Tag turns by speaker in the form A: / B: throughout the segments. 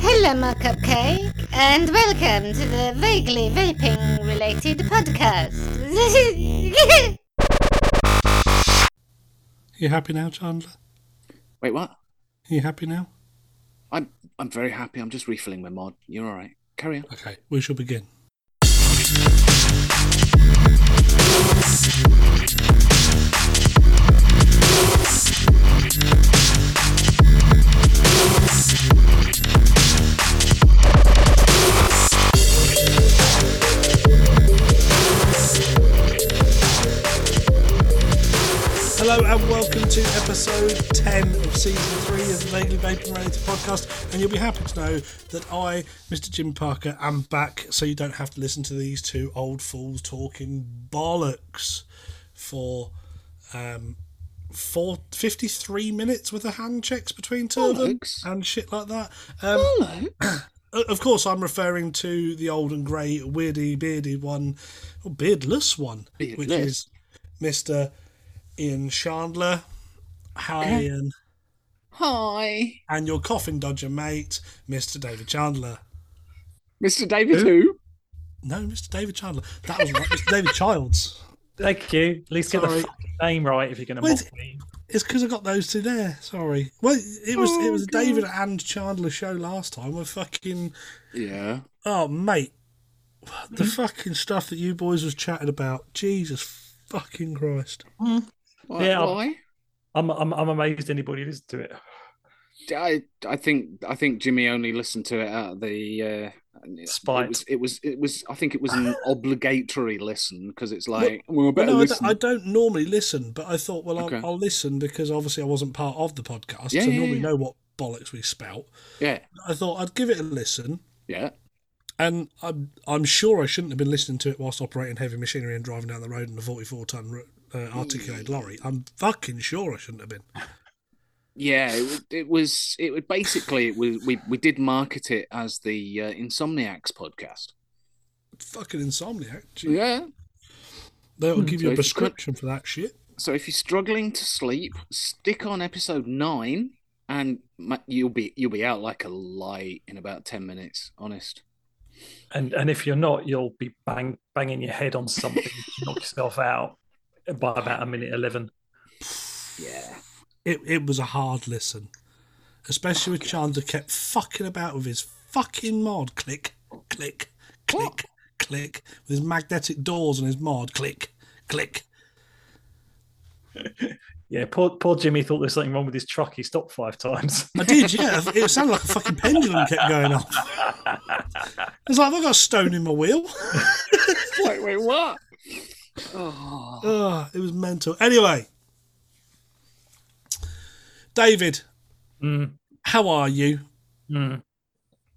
A: Grandma Cupcake, and welcome to the vaguely vaping related podcast.
B: You happy now, Chandler?
C: Wait, what?
B: You happy now?
C: I'm I'm very happy. I'm just refilling my mod. You're all right. Carry on.
B: Okay, we shall begin. Hello and welcome to episode 10 of season 3 of the Vaguely Vaping Related podcast. And you'll be happy to know that I, Mr. Jim Parker, am back so you don't have to listen to these two old fools talking bollocks for um, four, 53 minutes with the hand checks between two of them
C: Bollocks.
B: and shit like that. Um,
C: Hello.
B: uh, of course, I'm referring to the old and grey, weirdy, beardy one, or beardless one, which
C: Beardless.
B: is Mr. Ian Chandler. Hi, Ian.
C: Hi,
B: And your coffin dodger mate, Mr. David Chandler.
C: Mr. David. Who?
B: No, Mr. David Chandler. That was right. Mr. David Childs.
D: Thank you. At least get
B: Sorry.
D: the fucking name right if you're going to
B: Well,
D: mock me.
B: It's because I got those two there. Sorry. Well, it was it was a David and Chandler show last time. We're fucking
C: Yeah.
B: Oh, mate, the fucking stuff that you boys was chatting about. Jesus fucking Christ.
C: Why?
D: Yeah, I'll-
C: why?
D: I'm, I'm, I'm amazed anybody listened to it.
C: I I think I think Jimmy only listened to it out of the uh,
D: Spite.
C: It was, it was it was I think it was an obligatory listen because it's like well, I better
B: no, I don't,
C: listen.
B: I don't normally listen, but I thought, well, I'll,
C: Okay.
B: I'll listen because obviously I wasn't part of the podcast,
C: Yeah,
B: so
C: yeah,
B: normally
C: yeah.
B: know what bollocks we spout.
C: Yeah,
B: I thought I'd give it a listen,
C: yeah.
B: and I'm I'm sure I shouldn't have been listening to it whilst operating heavy machinery and driving down the road in a 44 ton uh,
C: Hmm.
B: articulated lorry. I'm fucking sure I shouldn't have been.
C: Yeah, it, wa- it was. It was basically it was. We we did market it as the uh, Insomniacs podcast.
B: Fucking insomniac. Gee.
C: Yeah. Hmm,
B: They'll give you
C: So
B: a
C: if you could-
B: prescription for that shit.
C: So if you're struggling to sleep, stick on episode nine, and ma- you'll be you'll be out like a light in about ten minutes. Honest.
D: And and if you're not, you'll be bang, banging your head on something to knock yourself out by about a minute 11.
C: Yeah.
B: It, it was a hard listen, especially with Chandler kept fucking about with his fucking mod. Click, click, click, click. With his magnetic doors and his mod. Click, click.
D: Yeah, poor, poor Jimmy thought there's something wrong with his truck. He stopped five times.
B: I did, yeah. it sounded like a fucking pendulum kept going off. It's like I've got a stone in my wheel.
C: wait, wait, what? Oh,
B: Ah, it was mental. Anyway, David,
D: Mm,
B: how are you?
D: mm.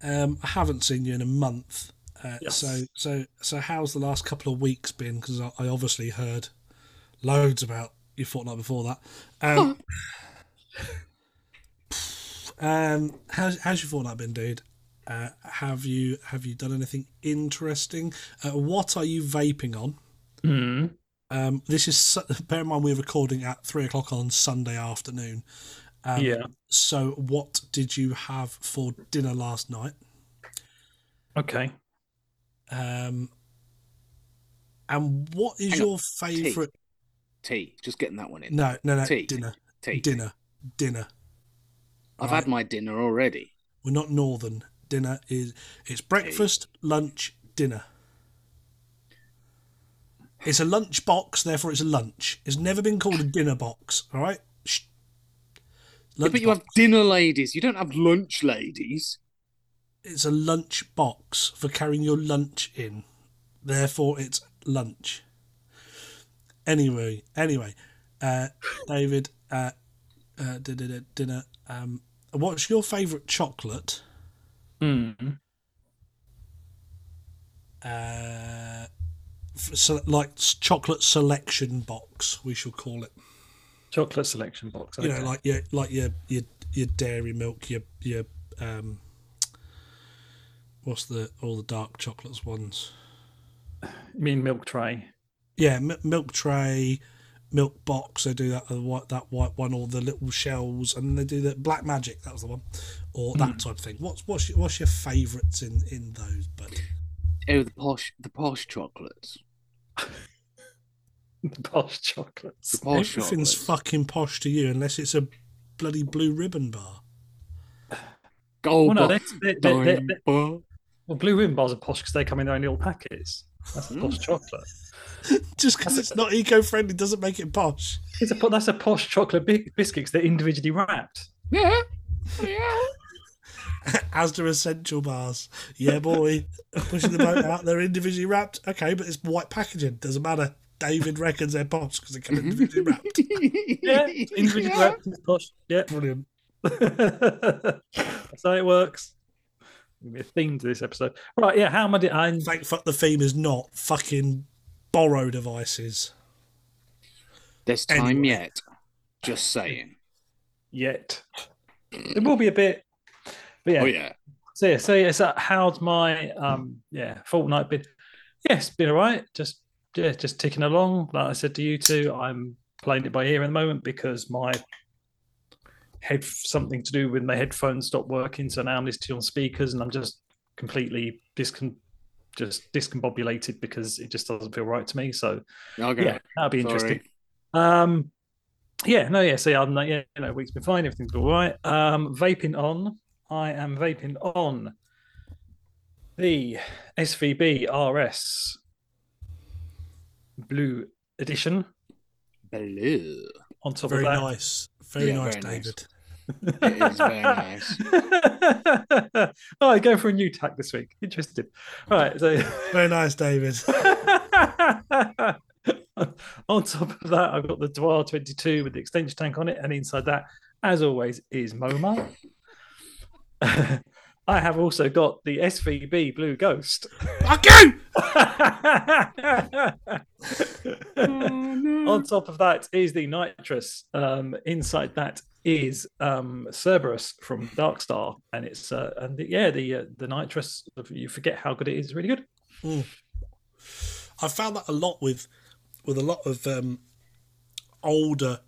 B: Um, I haven't seen you in a month. Uh,
D: Yes.
B: So, so, so, how's the last couple of weeks been? Because I, I obviously heard loads about your fortnight before that. Um, um, how's how's your fortnight been, dude? Uh, have you have you done anything interesting? Uh, what are you vaping on?
D: Mm.
B: Um, this is su- bear in mind we're recording at three o'clock on Sunday afternoon. Um,
D: yeah.
B: So, what did you have for dinner last night?
D: Okay.
B: Um, and what is
C: Hang on,
B: your favourite?
C: tea. Just getting that one in.
B: No, no, no.
C: Tea.
B: Dinner,
C: tea.
B: dinner, dinner.
C: I've
B: Right.
C: had my dinner already.
B: We're not northern. Dinner is it's breakfast, lunch, dinner. It's a lunch box, therefore it's a lunch. It's never been called a dinner box. All right. Shh.
C: Yeah,
B: Lunch
C: but you
B: box.
C: have dinner ladies. You don't have lunch ladies.
B: It's a lunch box for carrying your lunch in. Therefore, it's lunch. Anyway, anyway, uh, David, uh, uh, did it dinner. Um, what's your favourite chocolate?
D: Mm.
B: Uh, f- so, like s- chocolate selection box, we shall call it.
D: Chocolate selection box.
B: You
D: Okay.
B: know, like your like your your your dairy milk, your your um, what's the all the dark chocolates ones.
D: You mean milk tray.
B: Yeah, m- milk tray, milk box. They do that uh, white, that white one, or the little shells, and they do the black magic. That was the one, or that type of thing. What's what's your, what's your favourites in in those? But
C: Oh, the posh, the posh chocolates.
D: The posh
C: The
D: chocolates.
C: posh
B: everything's
C: chocolates.
B: fucking posh to you, unless it's a bloody blue ribbon bar.
C: Gold
D: Well, no,
C: bar,
D: they're- they're- they're-
C: dime
D: they're-
C: bar.
D: Well, blue ribbon bars are posh because they come in their own little packets. That's the
B: Hmm.
D: posh chocolate.
B: Just because it's not eco friendly doesn't make it posh.
D: It's a po- that's a posh chocolate bi- biscuit 'cause they're individually wrapped.
C: Yeah, yeah.
B: Asda Essential bars. Yeah, boy. Pushing the boat out. They're individually wrapped. Okay, but it's white packaging. Doesn't matter. David reckons they're posh because they come individually wrapped.
D: Yeah, individually
C: Yeah.
D: wrapped. It's posh. Yeah,
B: Brilliant.
D: that's how it works. Gonna be a theme to this episode. Right, yeah. How am I? De- I
B: Thank fuck the theme is not fucking borrow devices.
C: There's time
B: Anyway.
C: yet. Just saying.
D: yet. It will be a bit. But yeah.
C: Oh yeah.
D: So yeah. So yeah. So how's my um yeah fortnight been? Yeah, it's been all right. Just yeah, just ticking along. Like I said to you two, I'm playing it by ear at the moment because my head something to do with my headphones stopped working. So now I'm listening on speakers, and I'm just completely discon just discombobulated because it just doesn't feel right to me. So
C: Okay.
D: yeah, that'll be interesting.
C: Sorry.
D: Um, yeah, no, yeah. So yeah, I'm not, yeah, you know, week's been fine. Everything's been all right. Um, vaping on. I am vaping on the SVB RS Blue Edition.
C: Blue.
D: On top
B: Very
D: of that,
B: nice. Very
C: Yeah,
B: nice,
C: very nice.
B: David.
C: It is very nice.
D: oh, I go for a new tack this week. Interesting. All right, so.
B: Very nice, David.
D: on top of that, I've got the Dwar 22 with the extension tank on it, and inside that, as always, is MoMA. I have also got the SVB Blue Ghost.
B: Fuck you!
D: On top of that is the nitrous. Um, inside that is um, Cerberus from Darkstar, and it's uh, and the, yeah, the uh, the nitrous. You forget how good it is. Really good.
B: I found that a lot with with a lot of um, older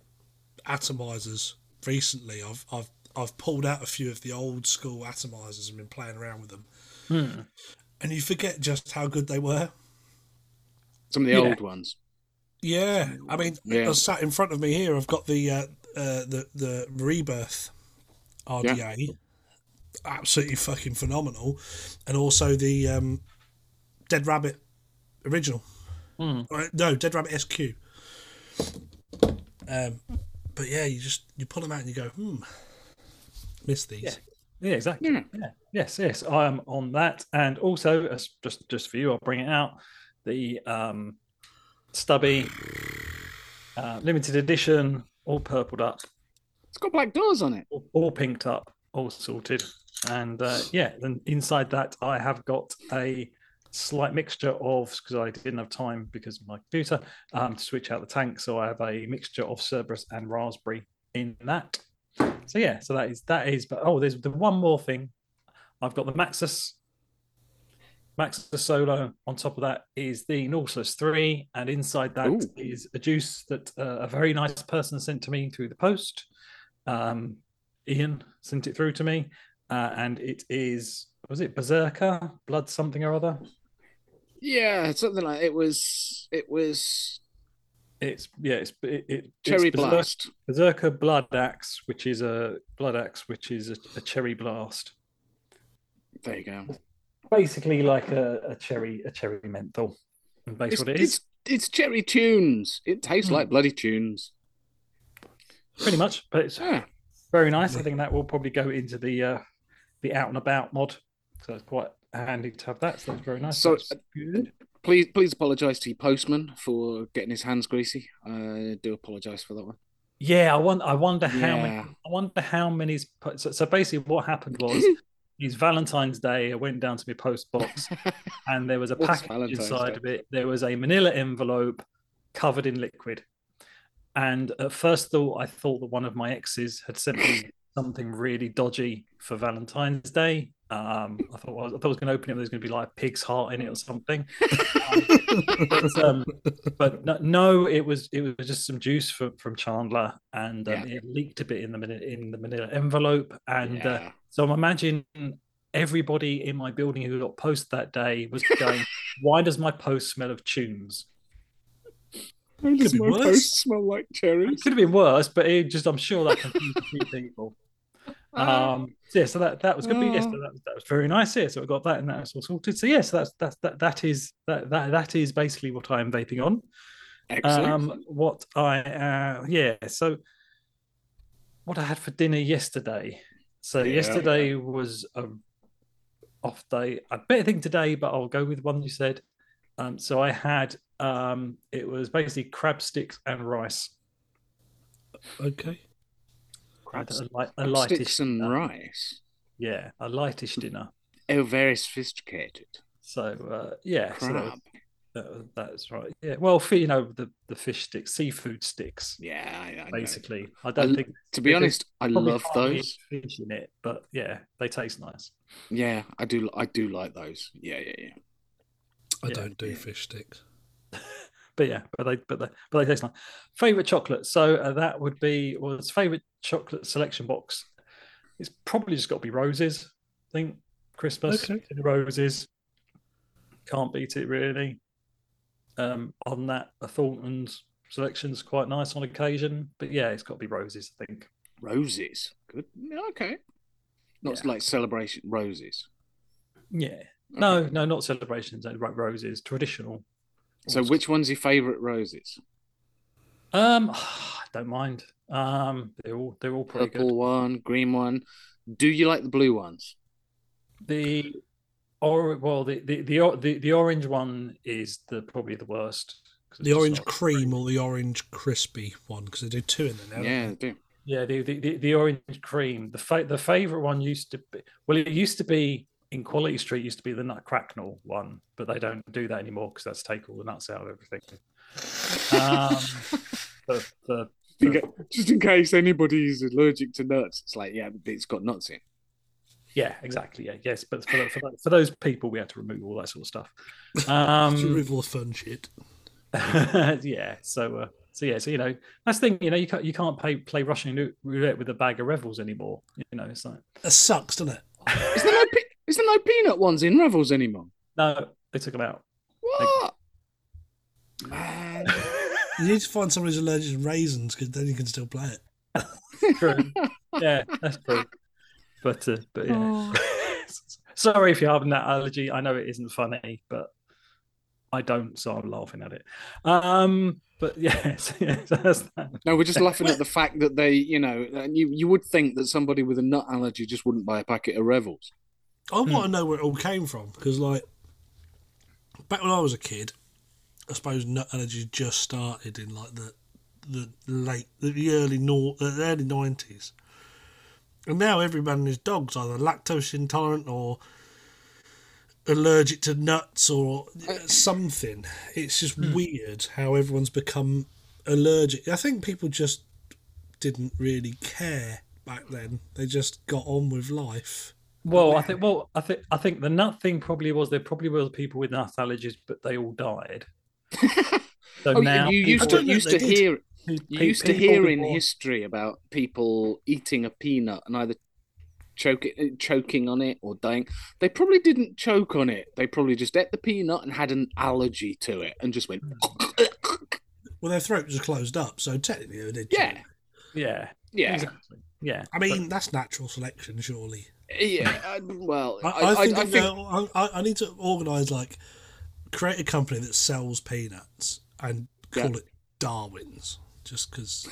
B: atomizers recently. I've I've I've pulled out a few of the old school atomizers and been playing around with them, and you forget just how good they were.
C: Some of the
D: Yeah.
C: old ones.
B: Yeah, I mean,
C: Yeah.
B: I sat in front of me here. I've got the uh, uh, the the rebirth RDA, absolutely fucking phenomenal, and also the um, Dead Rabbit original. Uh, No, Dead Rabbit SQ. Um, but yeah, you just you pull them out and you go, hmm, miss these.
D: Yeah, exactly. Yeah. Yes, yes. I am on that. And also, as just just for you, I'll bring it out the um, Stubby uh, limited edition, all purpled up,
C: It's got black doors on it.
D: all, all pinked up, all sorted. And uh, yeah, then inside that, I have got a slight mixture of because I didn't have time because of my computer um, to switch out the tank. So I have a mixture of Cerberus and raspberry in that. So yeah, so that is that is. But oh, there's the one more thing. I've got the Maxus. Maxus Solo. On top of that is the Nautilus Three, and inside that is
C: Ooh.
D: a juice that uh, a very nice person sent to me through the post. Um, Ian sent it through to me, uh, and it is was it Berserker Blood something or other.
C: Yeah, something like it was. It was
D: It's yeah, it's it, it
C: cherry
D: it's Berser-
C: blast.
D: Berserker Blood Axe, which is a blood axe, which is a, a cherry blast.
C: There you go.
D: basically like a, a cherry a cherry menthol and that's
C: It's,
D: what it
C: it's
D: is Hmm.
C: it's cherry tunes. It tastes like bloody tunes.
D: pretty much but it's
C: Yeah.
D: very nice i think that will probably go into the uh the out and about mod so it's quite handy to have that so that's very nice
C: So, uh,
D: That's good
C: Please please apologise to your postman for getting his hands greasy. I do apologise for that one.
D: yeah i want i wonder how many
C: Yeah.
D: i wonder how many's put- so, so basically what happened was is valentine's day i went down to my post box and there was a
C: What's
D: package
C: Valentine's
D: inside
C: Day?
D: of it. There was a manila envelope covered in liquid. And at first thought, I thought that one of my exes had sent me something really dodgy for Valentine's Day. Um, I thought well, I thought I was going to open it. and There's going to be like a pig's heart in it or something. but, um, but no, no, it was it was just some juice from, from Chandler, and um, it leaked a bit in the manila, in the manila envelope. And uh,
C: Yeah.
D: so I'm imagining everybody in my building who got post that day was going, "Why does my post smell of tunes?"
C: Why does
B: be
C: my
B: worse.
C: post smell like
D: It
C: cherries?
D: could have been worse, but it just I'm sure that confused a few people. Um, so yeah, so that that was good. But yes,
C: Oh.
D: that, was- that was very nice. Yeah, so we got that and that was all sorted. So yes, that's that's that that is that that that is basically what I am vaping on.
C: Excellent.
D: Um, what I uh, yeah, so what I had for dinner yesterday. So
C: Yeah.
D: yesterday was a off day. I better think today, but I'll go with one you said. Um, so I had um, it was basically crab sticks and rice.
B: Okay.
C: Crab
D: Crab a, li- a
C: Crab
D: lightish,
C: sticks and
D: dinner.
C: rice.
D: yeah, a lightish dinner.
C: Oh, very sophisticated.
D: So uh, yeah, so that was-
C: Crab.
D: that was- that's right. Yeah, well, for, you know the the fish sticks, seafood sticks,
C: Yeah, I, I know.
D: basically. I don't
C: l-
D: think
C: To be
D: Because
C: honest, I
D: Probably
C: love
D: can't be
C: those.
D: fish in it, but yeah, they taste nice.
C: Yeah, I do. I do like those. Yeah, yeah, yeah.
B: I
D: Yeah.
B: don't do fish sticks.
D: But yeah, but they but they but they taste nice. Favorite chocolate. So uh, that would be was favorite chocolate selection box. It's probably just got to be roses. I think Christmas
B: Okay.
D: roses. Can't beat it really. Um, on that, a Thornton's selection's quite nice on occasion, but yeah, it's got to be roses. I think.
C: Roses. Good. yeah, Okay. Not
D: Yeah.
C: like celebration roses.
D: Yeah.
C: Okay.
D: No, no, not celebrations. uh, Right, roses, traditional.
C: So,
D: Awesome.
C: which one's your favourite roses?
D: Um, I don't mind. Um, they're all they're all pretty
C: Purple one, green one. Do you like the blue ones?
D: good. The or well, the the the or- the, the orange one is the probably the worst. 'cause it's
B: The
D: just
B: orange
D: not-
B: cream or the orange crispy one, because they do two in there now.
C: Yeah, they do.
D: Yeah, the, the the the orange cream. The fa- the favorite one used to be well, it used to be in Quality Street used to be the nut cracknell one, but they don't do that anymore because that's take all the nuts out of everything. Um, the, the, the
C: Just in case anybody is allergic to nuts, it's like yeah, it's got nuts in.
D: Yeah, exactly. Yeah, yes, but for, tho- for, tho- for those people, we had to remove all that sort of stuff.
B: To
D: Um,
B: remove all the fun shit.
D: yeah, so uh, so yeah, so you know that's the thing. You know, you can't you can't play play Russian rou- roulette with a bag of Revels anymore. You know, it's like
B: That sucks, doesn't it?
C: Is there no, pe- is there no peanut ones in Revels anymore?
D: no, they took them out.
C: What? Man.
B: You need to find someone who's allergic to raisins, because then you can still play it.
D: True. yeah, that's true. But uh, but yeah, sorry if you're having that allergy. I know it isn't funny, but I don't, so I'm laughing at it. Um, but yes, yes, that's that.
C: No, we're just laughing at the fact that they, you know, and you, you would think that somebody with a nut allergy just wouldn't buy a packet of Revels.
B: I want to know where it all came from because, like, back when I was a kid, I suppose nut allergy just started in like the the late, the early nor, the early nineties, and now every man and his dog's either lactose intolerant or allergic to nuts or something. It's just weird how everyone's become allergic. I think people just didn't really care back then. They just got on with life.
D: Well, I think well, I think I think the nut thing probably was there probably were people with nut allergies, but they all died.
C: Oh,
D: So
C: you-
D: now
C: you used
D: people-
C: to
B: I don't know
C: used
B: if
C: to
B: they did.
C: hear you
D: pe-
C: used to
D: people
C: hear in
D: before-
C: history about people eating a peanut and either choking choking on it or dying. They probably didn't choke on it. They probably just ate the peanut and had an allergy to it and just went.
B: Well, their throats are closed up, so technically they did.
C: yeah,
B: choose.
D: yeah,
C: yeah,
D: exactly, yeah.
B: I mean, that's natural selection, surely.
C: yeah. I- well,
B: I, I, think, I, no, I, I need to organise, like, create a company that sells peanuts and call
C: Yeah.
B: it Darwin's, just because.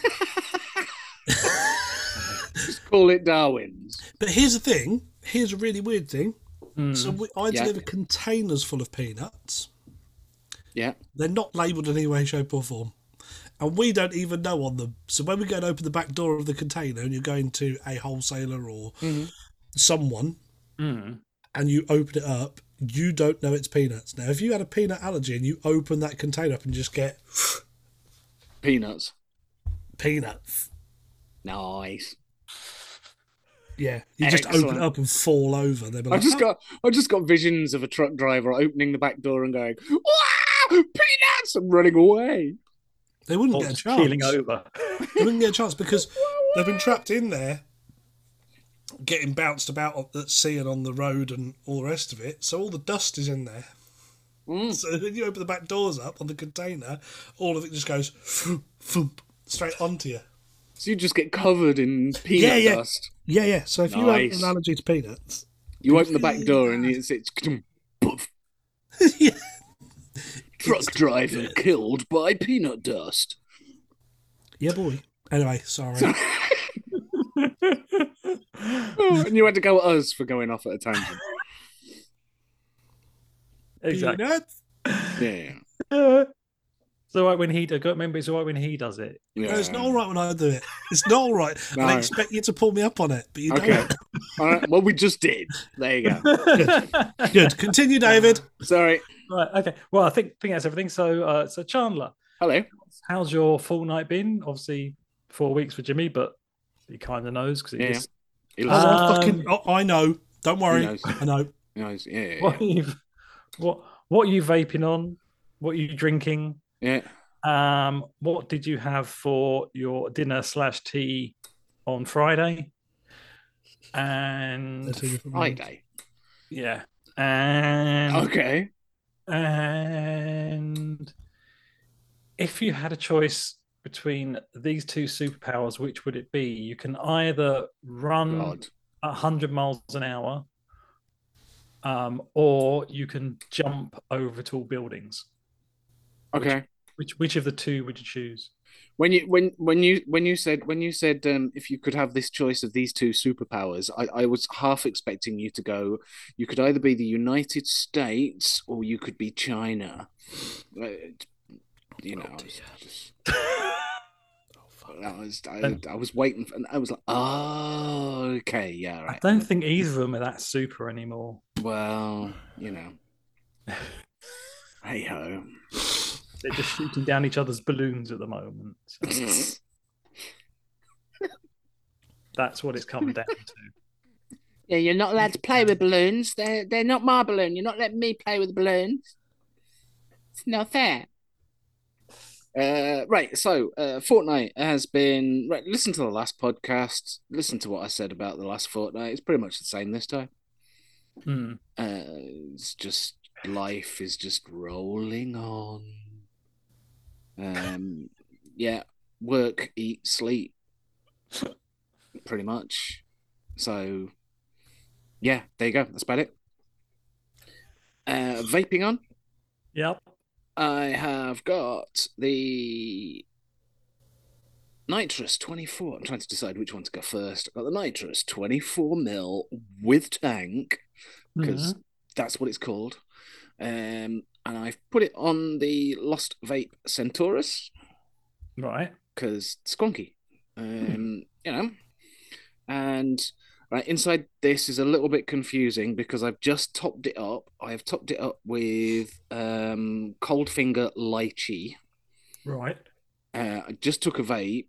C: just call it Darwin's.
B: but here's the thing here's a really weird thing.
D: Mm.
B: So we, I
C: Yeah.
B: deliver containers full of peanuts,
C: Yeah,
B: they're not labelled in any way, shape, or form. And we don't even know on them. So when we go and open the back door of the container and you're going to a wholesaler or someone,
D: Mm.
B: and you open it up, you don't know it's peanuts. Now, if you had a peanut allergy and you open that container up and just get
C: peanuts.
B: peanuts,
C: Nice.
B: Yeah, you just
C: Excellent.
B: open it up and fall over. They'll be
C: I
B: like,
C: just
B: "Oh,
C: got I just got visions of a truck driver opening the back door and going, "Wow, peanuts!" and running away.
B: They wouldn't
D: Or
B: get a
D: just keeling
B: chance.
D: over.
B: They wouldn't get a chance because they've been trapped in there, getting bounced about on- at sea and on the road and all the rest of it. So all the dust is in there.
C: Mm.
B: So when you open the back doors up on the container, all of it just goes foom, foom, straight onto you.
C: So you just get covered in peanut
B: Yeah, yeah.
C: dust.
B: Yeah, yeah. So if you have an
C: Nice.
B: allergy to peanuts,
C: You open the back door and it's it's poof.
B: Yeah.
C: truck driver killed by peanut dust.
B: yeah, boy. Anyway, sorry.
C: Oh, and you had to go at us for going off at a tangent.
D: exactly.
B: Peanuts.
C: Yeah,
D: It's all right when he. I don't remember. It's all right when he does it.
C: yeah.
B: No, it's not all right when I do it. It's not all right.
C: No.
B: I expect you to pull me up on it, but you
C: Okay.
B: don't.
C: All right. Well, we just did. There you go.
D: right.
B: Good. Continue, David.
C: Sorry.
D: Okay. Well, I think think that's everything. So, uh, so Chandler,
C: Hello.
D: how's your full night been? Obviously, four weeks for Jimmy, but he kind of knows because he
C: Yeah.
D: just
C: He
B: Oh,
C: loves-
D: Uh,
B: I
D: Um,
B: fucking, oh, I know. Don't worry.
C: He knows.
B: I know.
C: he knows. Yeah, yeah,
D: what you've what what are you vaping on what are you drinking
C: yeah.
D: um what did you have for your dinner slash tea on friday
B: They're two
D: and
B: different ones.
C: Friday.
D: yeah and
C: Okay.
D: and if you had a choice between these two superpowers which would it be you can either run
C: God.
D: 100 miles an hour um, or you can jump over tall buildings
C: Okay.
D: which which of the two would you choose
C: When you when when you when you said when you said um, if you could have this choice of these two superpowers, I, I was half expecting you to go. You could either be the United States or you could be China. Uh, you know, I was just- I was I,
D: And-
C: I was waiting for, and I was like, oh, okay, yeah,
D: i
C: right.
D: don't think either of them are that super anymore
C: Well, you know, hey ho.
D: they're just shooting down each other's balloons at the moment so that's what it's come down to
C: Yeah, you're not allowed to play with balloons. They're they're not my balloon. You're not letting me play with balloons. It's not fair. Uh, right, so uh, Fortnite has been right. Listen to the last podcast. Listen to what I said about the last Fortnite. It's pretty much the same this time.
D: Hmm.
C: Uh, it's just life is just rolling on. Um, yeah, work, eat, sleep, pretty much. So, yeah, there you go. That's about it. Uh, vaping on.
D: yep
C: I have got the Nitrous 24. I'm trying to decide which one to go first. I've got the Nitrous 24 mil with tank because
D: Mhm.
C: that's what it's called. Um, and I've put it on the Lost Vape Centaurus
D: Hmm. right
C: because it's skunky, um, you know. And right inside this is a little bit confusing because I've just topped it up. I have topped it up with um, Cold Finger Lychee.
D: right
C: Uh, I just took a vape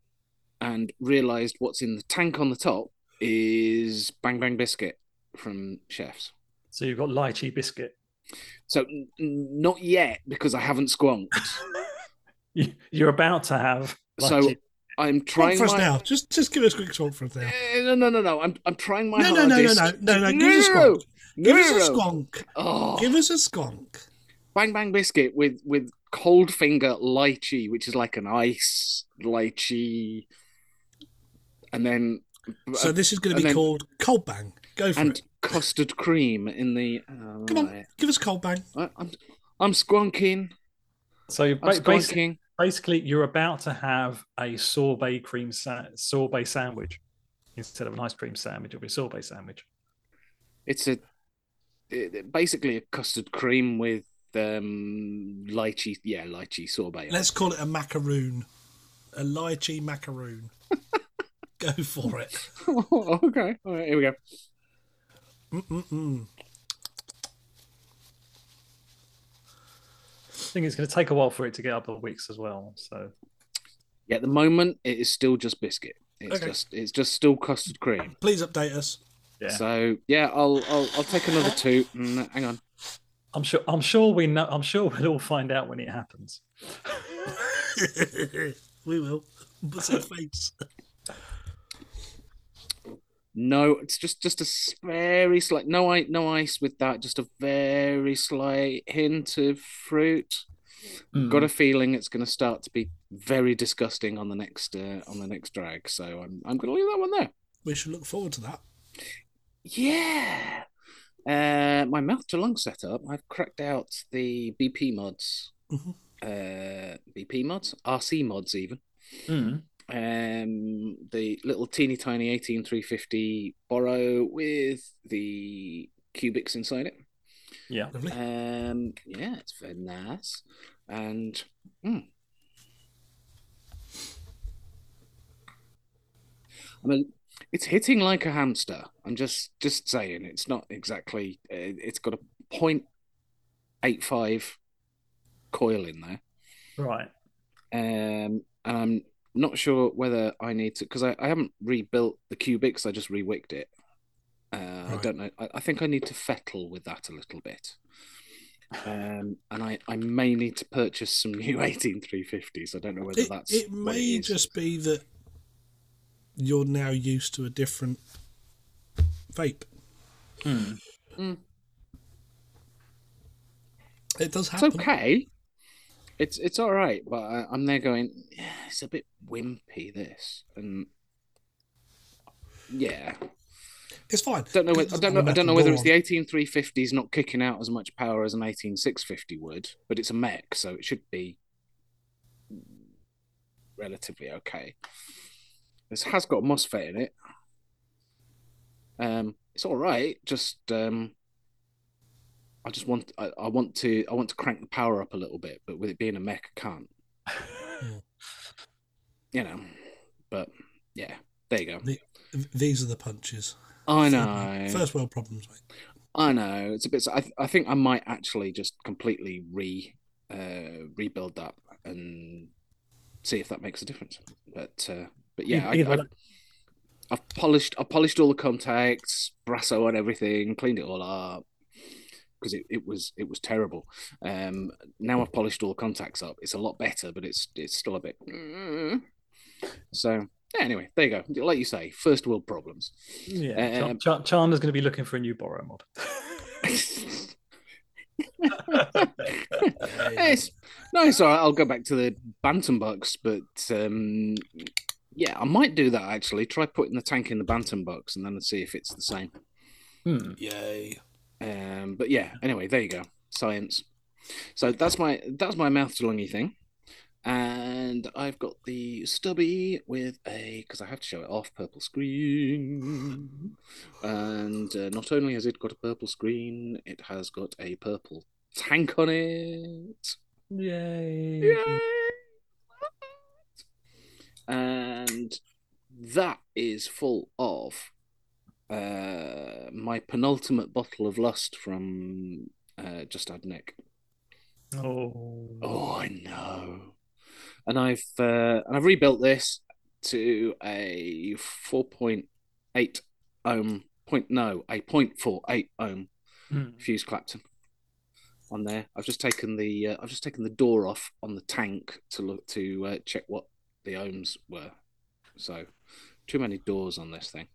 C: and realised what's in the tank on the top is Bang Bang Biscuit from Chefs.
D: so you've got lychee biscuit
C: So n- n- not yet because I haven't squonked.
D: You- you're about to have
C: So-
D: lychee.
C: I'm
B: Talk
C: trying
B: for us
C: my-
B: now. Just just give us a quick talk for us now.
C: Eh, No, no, no, no. I'm I'm trying my
B: No, no, no, no,
C: hardest.
B: no, no, no. Give us a
C: No,
B: squonk. Give us a
C: no.
B: squonk.
C: Oh,
B: Give us a squonk.
C: Bang Bang Biscuit with with cold finger lychee, which is like an ice lychee, and then
B: So this is going
C: and
B: to be
C: then-
B: called cold bang. Go for
C: and
B: it.
C: custard cream in the. Oh,
B: Come on, give us cold bang.
C: I, I'm I'm squonking.
D: so you're
C: I'm
D: ba- basically
C: squonking.
D: basically you're about to have a sorbet cream sa- sorbet sandwich instead of an ice cream sandwich it'll be a sorbet sandwich
C: It's a it- basically a custard cream with um lychee. Yeah, lychee sorbet.
B: Let's call it a macaroon, a lychee macaroon. Go for it.
C: okay. All right. Here we go.
B: Mm-mm-mm.
D: i think it's going to take a while for it to get up the weeks as well so
C: Yeah, at the moment it is still just biscuit. It's
B: Okay.
C: just it's just still custard cream.
B: Please update us.
D: Yeah.
C: So yeah, I'll I'll, I'll take another two. Mm, hang on.
D: I'm sure. I'm sure we know. I'm sure we'll all find out when it happens.
B: we will. What's her face?
C: No, it's just just a s- very slight. No, I no ice with that. Just a very slight hint of fruit.
B: Mm.
C: Got a feeling it's going to start to be very disgusting on the next uh, on the next drag. So I'm I'm going to leave that one there.
B: We should look forward to that.
C: Yeah. Uh, my mouth to lung setup. I've cracked out the BP mods,
B: Mhm.
C: uh, BP mods, RC mods even.
D: Mm.
C: um, the little teeny tiny 18350 borrow with the cubics inside it.
D: Yeah.
B: Lovely.
C: Um, yeah, it's very nice. And mm. I mean, it's hitting like a hamster. I'm just just saying, it's not exactly. uh, It's got a point eight five coil in there.
D: Right.
C: Um, and I'm not sure whether I need to because I, I haven't rebuilt the cubics. I just rewicked it. Uh, I
B: Right.
C: don't know. I, I think I need to fettle with that a little bit. Um, and I, I may need to purchase some new 18350s. I don't know whether
B: It,
C: that's
B: it
C: what
B: may
C: is.
B: just be that you're now used to a different vape.
D: Mm.
B: It does
C: it's
B: happen.
C: okay. It's it's all right, but I, I'm there going. Yeah, it's a bit wimpy this, and yeah,
B: It's fine.
C: don't know.
B: It
C: Whether, I
B: doesn't
C: don't know. I
B: matter.
C: don't know whether
B: Go
C: it's
B: on.
C: the eighteen three fifty is not kicking out as much power as an eighteen six fifty would, but it's a mech, so it should be relatively okay. This has got a MOSFET in it. Um, it's all right. Just um, I just want I, I want to I want to crank the power up a little bit, but with it being a mech, I can't. You know, but yeah, there you go.
B: Th- These are the punches.
C: I
B: Third-
C: know.
B: First world problems, mate.
C: I know it's a bit. I, I think I might actually just completely re uh, rebuild that and see if that makes a difference. But uh, but yeah, I,
D: E- Either
C: I,
D: that-
C: I've polished. I polished all the contacts, brasso on everything, cleaned it all up because it, it was it was terrible. Um, now I've polished all the contacts up. It's a lot better, but it's it's still a bit. mm. So yeah, anyway, there you go. Like you say, first world problems.
D: Yeah.
C: Um,
D: Chan Chan- Chandler's going to be looking for a new borrow mod.
C: Yes. No, it's all right. I'll go back to the Bantam box, but um, yeah, I might do that actually. Try putting the tank in the Bantam box and then see if it's the same. Mm.
D: Hmm.
B: Yay.
C: Um, but yeah, anyway, there you go. Science. So that's my that's my mouth to lungy thing. And I've got the stubby with a because I have to show it off purple screen. And uh, not only has it got a purple screen, it has got a purple tank on it.
D: Yay.
C: Yay! And that is full of uh, my penultimate bottle of lust from uh, Just Add Nick.
D: Oh.
C: Oh, I know. And I've uh, and I've rebuilt this to a four point eight ohm point no a point four eight ohm
D: Hmm.
C: fuse Clapton on there. I've just taken the uh, I've just taken the door off on the tank to look to uh, check what the ohms were. So too many doors on this thing.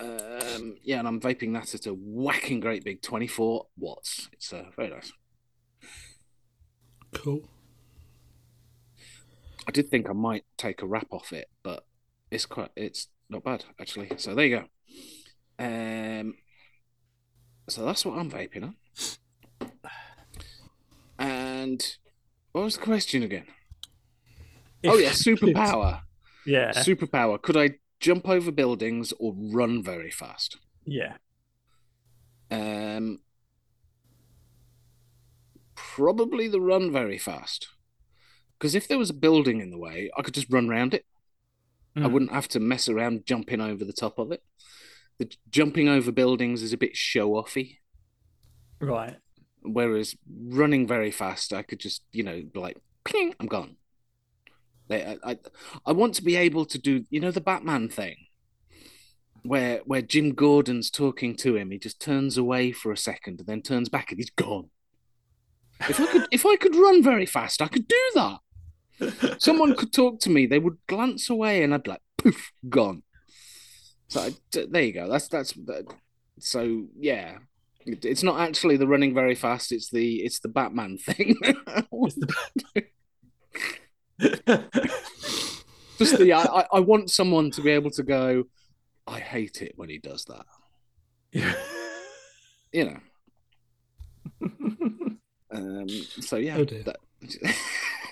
C: Um, yeah, and I'm vaping that at a whacking great big 24 watts. It's uh, very nice.
B: Cool.
C: I did think I might take a wrap off it, but it's quite it's not bad actually. So there you go. Um, so that's what I'm vaping on. And what was the question again? Oh yeah, superpower.
D: Yeah.
C: Superpower. Could I jump over buildings or run very fast?
D: Yeah.
C: Um, probably the run very fast. Because if there was a building in the way, I could just run round it. I
D: Mm.
C: wouldn't have to mess around jumping over the top of it. The j- jumping over buildings is a bit show offy,
D: Right.
C: whereas running very fast, I could just, you know, be like, ping, I'm gone. They- I, I, I want to be able to do, you know, the Batman thing where where Jim Gordon's talking to him, he just turns away for a second and then turns back and he's gone. If I could if I could run very fast, I could do that. Someone could talk to me, they would glance away and I'd be like poof, gone. So I, d- there you go. That's that's that, so yeah. It- It's not actually the running very fast, it's the it's the Batman thing. just the I, I- I want someone to be able to go i hate it when he does that you know um so yeah
B: Oh, dear.
C: that-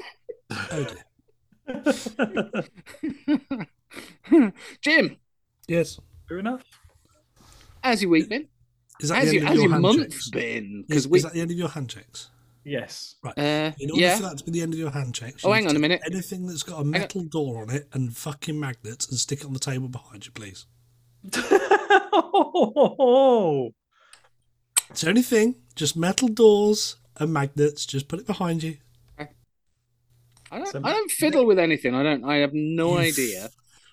B: Oh dear.
C: jim
B: Yes.
D: Fair enough.
C: how's your week been
B: Is that
C: how's
B: the
C: your,
B: end
C: how's
B: of your
C: your
B: hand
C: month
B: checks?
C: been
B: Is,
C: because we
B: is that the end of your hand checks?
D: Yes.
C: uh,
B: In order
C: yeah
B: for that to be the end of your hand checks,
C: Oh,
B: you
C: hang
B: need
C: on
B: to take
C: a minute.
B: Anything that's got a metal door on it and fucking magnets and stick it on the table behind you, please.
D: oh,
B: It's the only thing, just metal doors and magnets. Just put it behind you.
C: I, don't,
D: So-
C: I don't fiddle with anything i don't i have no
B: You
C: idea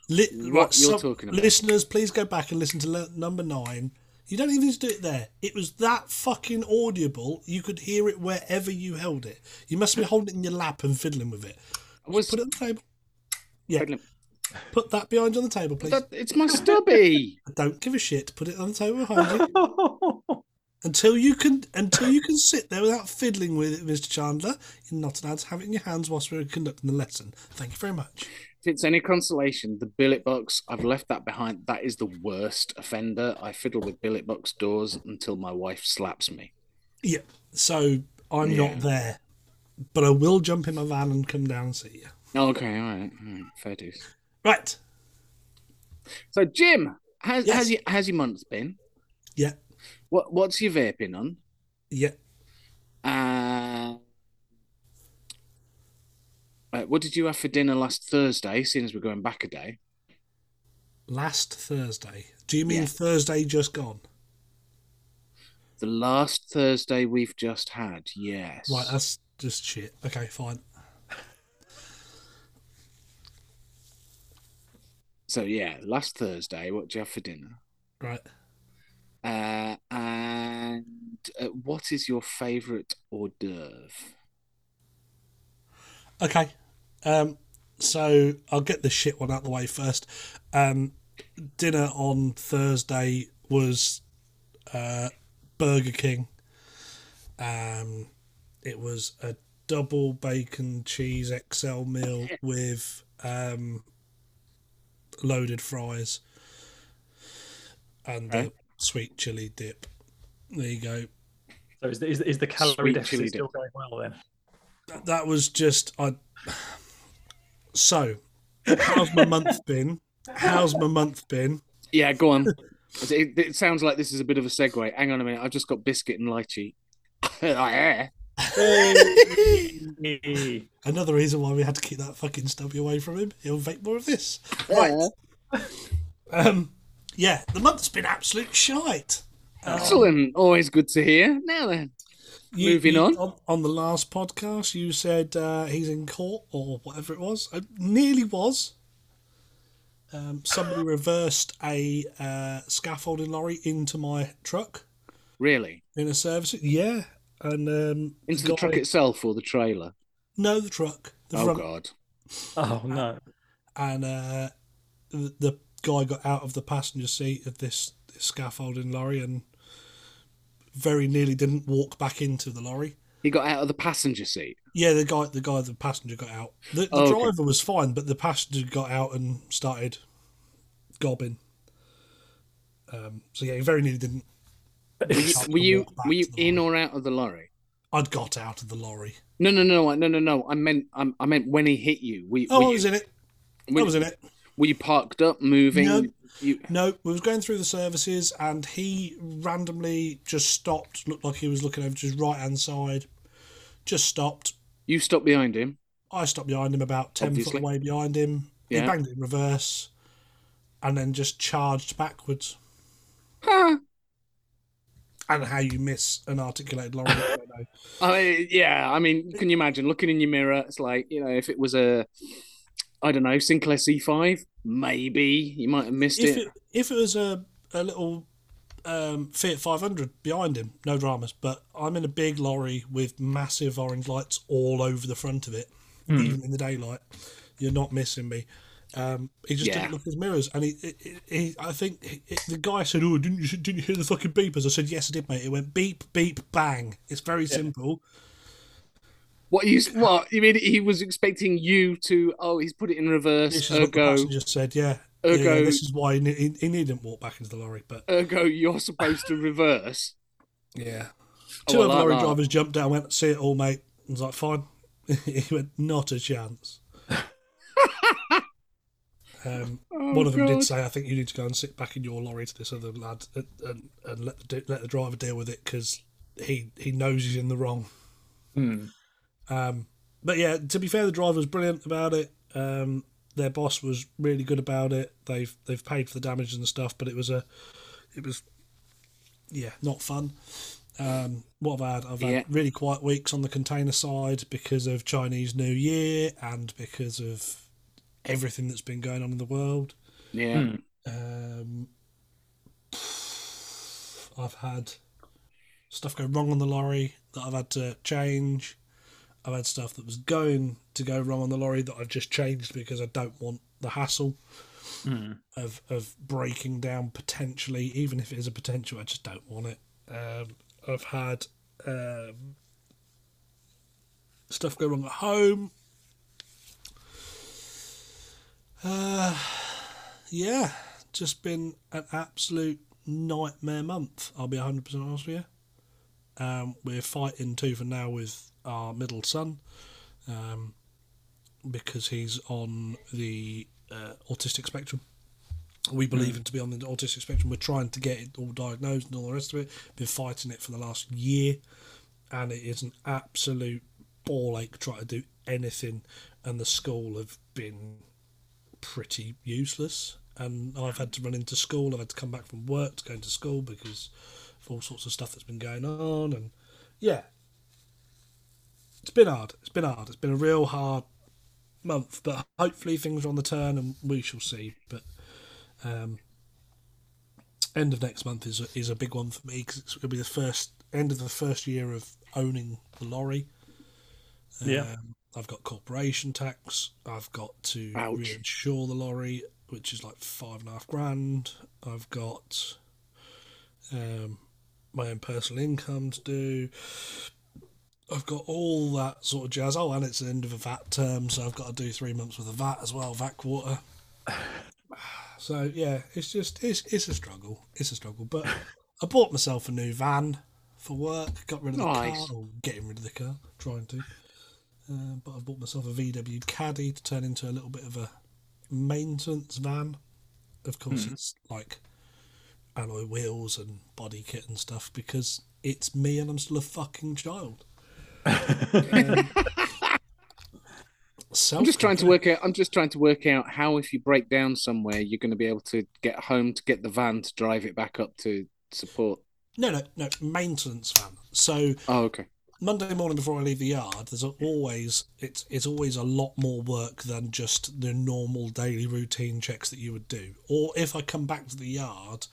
B: Li-
C: What
B: right,
C: you're talking about.
B: Listeners, please go back and listen to le- number nine. You don't even need to do it there. It was that fucking audible. You could hear it wherever you held it. You must be holding it in your lap and fiddling with it.
C: I was
B: Put it on the table. Yeah,
C: pregnant.
B: put that behind you on the table, please.
C: That- it's my stubby
B: I don't give a shit. Put it on the table behind you until you can until you can sit there without fiddling with it, Mr. Chandler. You're not allowed to have it in your hands whilst we're conducting the lesson. Thank you very much.
C: if it's any consolation, the billet box, I've left that behind. That is the worst offender. I fiddle with billet box doors until my wife slaps me.
B: Yeah. So I'm
C: Yeah.
B: not there, but I will jump in my van and come down and see you.
C: Okay, all right, all right fair dues.
B: Right.
C: So, Jim, how's,
B: Yes.
C: how's, your, how's your month been?
B: Yeah.
C: What What's your vaping on?
B: Yeah.
C: Uh, uh, what did you have for dinner last Thursday, seeing as we're going back a day?
B: Last Thursday. Do you mean
C: Yeah.
B: Thursday just gone?
C: The last Thursday we've just had, yes.
B: Right. uh- That's just shit. Okay. Fine.
C: So, yeah, last Thursday, what did you have for dinner?
B: Right.
C: Uh, and uh, what is your favourite hors d'oeuvre?
B: Okay. Um, so I'll get the shit one out of the way first. Um, dinner on Thursday was uh, Burger King. Um, it was a double bacon cheese XL meal with um, loaded fries and a
C: Right.
B: sweet chili dip. There you go.
D: So is the, is, the- is the calorie
C: Sweet chili
D: deficit still
C: dip.
D: going well then?
B: that, that was just I. So, how's my month been? How's my month been?
C: Yeah, go on. it, it sounds like this is a bit of a segue. Hang on a minute. I've just got biscuit and lychee. eh? yeah.
D: Hey.
B: Another reason why we had to keep that fucking stubby away from him. He'll vape more of this. Right. Um. Yeah, the month's been absolute shite.
C: Excellent. Always good to hear. Now then.
B: You-
C: Moving
B: you-
C: on.
B: on. the last podcast, you said uh, he's in court or whatever it was. I nearly was. Um, somebody reversed a uh, scaffolding lorry into my truck.
C: Really?
B: in a service. Yeah, and um,
C: Into the
B: guy-
C: truck itself or the trailer?
B: No, the truck. The
C: Oh,
B: front,
C: God.
D: Oh no.
B: and uh, the, the guy got out of the passenger seat of this, this scaffolding lorry and very nearly didn't walk back into the lorry.
C: He got out of the passenger seat.
B: Yeah, the guy, the guy, the passenger got out. The, the
C: Oh, okay.
B: driver was fine, but the passenger got out and started gobbing. Um, so yeah, he very nearly didn't.
C: Were you,
B: Can't
C: were you,
B: walk back
C: were you
B: to the
C: in
B: lorry.
C: or out of the lorry?
B: I'd got out of the lorry.
C: No, no, no, no, no, no. I meant, I, I meant when he hit you. Were, you-
B: Oh,
C: were
B: I
C: you-
B: was in it. I
C: were
B: was
C: you-
B: in it.
C: Were you parked up, moving?
B: No.
C: You,
B: No, we was going through the services, and he randomly just stopped. Looked like he was looking over to his right hand side. Just stopped.
C: you stopped behind him.
B: I stopped behind him, about ten
C: Obviously.
B: foot away behind him. He
C: Yeah.
B: banged it in reverse, and then just charged backwards.
C: Huh.
B: And how you miss an articulated lorry? I don't know.
C: I mean, yeah. I mean, can you imagine looking in your mirror? It's like you know, if it was a, I don't know, Sinclair C5, maybe you might have missed
B: If
C: it.
B: it If it was a, a little um, Fiat 500 behind him, no dramas. But I'm in a big lorry with massive orange lights all over the front of it,
C: Hmm.
B: even in the daylight. You're not missing me. Um, he just
C: Yeah.
B: didn't look at his mirrors, and he, he, he I think he- he- the guy said, "Oh, didn't you didn't you hear the fucking beepers?" I said, "Yes, I did, mate." It went beep, beep, bang. It's very simple.
C: What you what you mean? He was expecting you to. Oh, he's put it in reverse.
B: This is what the
C: Ergo,
B: passenger said. Yeah, Yeah, yeah,
C: Ergo-
B: This is why he, he, he needn't walk back into the lorry, but
C: ergo, you're supposed to reverse.
B: Yeah.
C: Oh,
B: Two
C: I
B: other
C: like
B: lorry
C: that.
B: drivers jumped down, went, see it all, mate. I was like, fine. he went, not a chance. um,
C: Oh,
B: one of them
C: God.
B: did say, I think you need to go and sit back in your lorry to this other lad and, and, and let, the, let the driver deal with it because he, he knows he's in the wrong.
D: hmm.
B: Um, but yeah, to be fair, the driver was brilliant about it. Um, their boss was really good about it. They've they've paid for the damage and stuff, but it was a, it was, yeah, not fun. Um, what I've had, I've had
C: Yeah.
B: really quiet weeks on the container side because of Chinese New Year and because of everything that's been going on in the world.
C: Yeah.
B: Um, I've had stuff go wrong on the lorry that I've had to change. I've had stuff that was going to go wrong on the lorry that I've just changed because I don't want the hassle of of breaking down potentially, even if it is a potential. I just don't want it. Um, I've had um, stuff go wrong at home. Uh, yeah, just been an absolute nightmare month. I'll be 100% honest with you. Um, we're fighting tooth and now with our middle son um, because he's on the uh, autistic spectrum. We believe him to be on the autistic spectrum. We're trying to get it all diagnosed and all the rest of it. Been fighting it for the last year, and it is an absolute ball ache trying to do anything. And the school have been pretty useless. Um, And I've had to run into school. I've had to come back from work to go into school because of all sorts of stuff that's been going on. And yeah, it's been hard. It's been hard. It's been a real hard month. But hopefully things are on the turn, and we shall see. But um, end of next month is a, is a big one for me because it's going to be the first end of the first year of owning the lorry.
D: Yeah.
B: Um, I've got corporation tax. I've got to
C: Ouch.
B: reinsure the lorry, which is like five and a half grand. I've got um, my own personal income to do. I've got all that sort of jazz. Oh, and it's the end of a VAT term, so I've got to do three months with a VAT as well, VAT quarter. So yeah, it's just it's it's a struggle. It's a struggle. But I bought myself a new van for work. Got rid of the
C: Nice.
B: car, or getting rid of the car, trying to. Uh, but I bought myself a VW Caddy to turn into a little bit of a maintenance van. Of course, it's like alloy wheels and body kit and stuff because it's me and I'm still a fucking child. um,
C: I'm just trying to work out. I'm just trying to work out how if you break down somewhere, you're going to be able to get home to get the van to drive it back up to support.
B: No, no, no. Maintenance van. So
C: Oh, okay.
B: Monday morning before I leave the yard, there's always it's it's always a lot more work than just the normal daily routine checks that you would do. Or if I come back to the yard,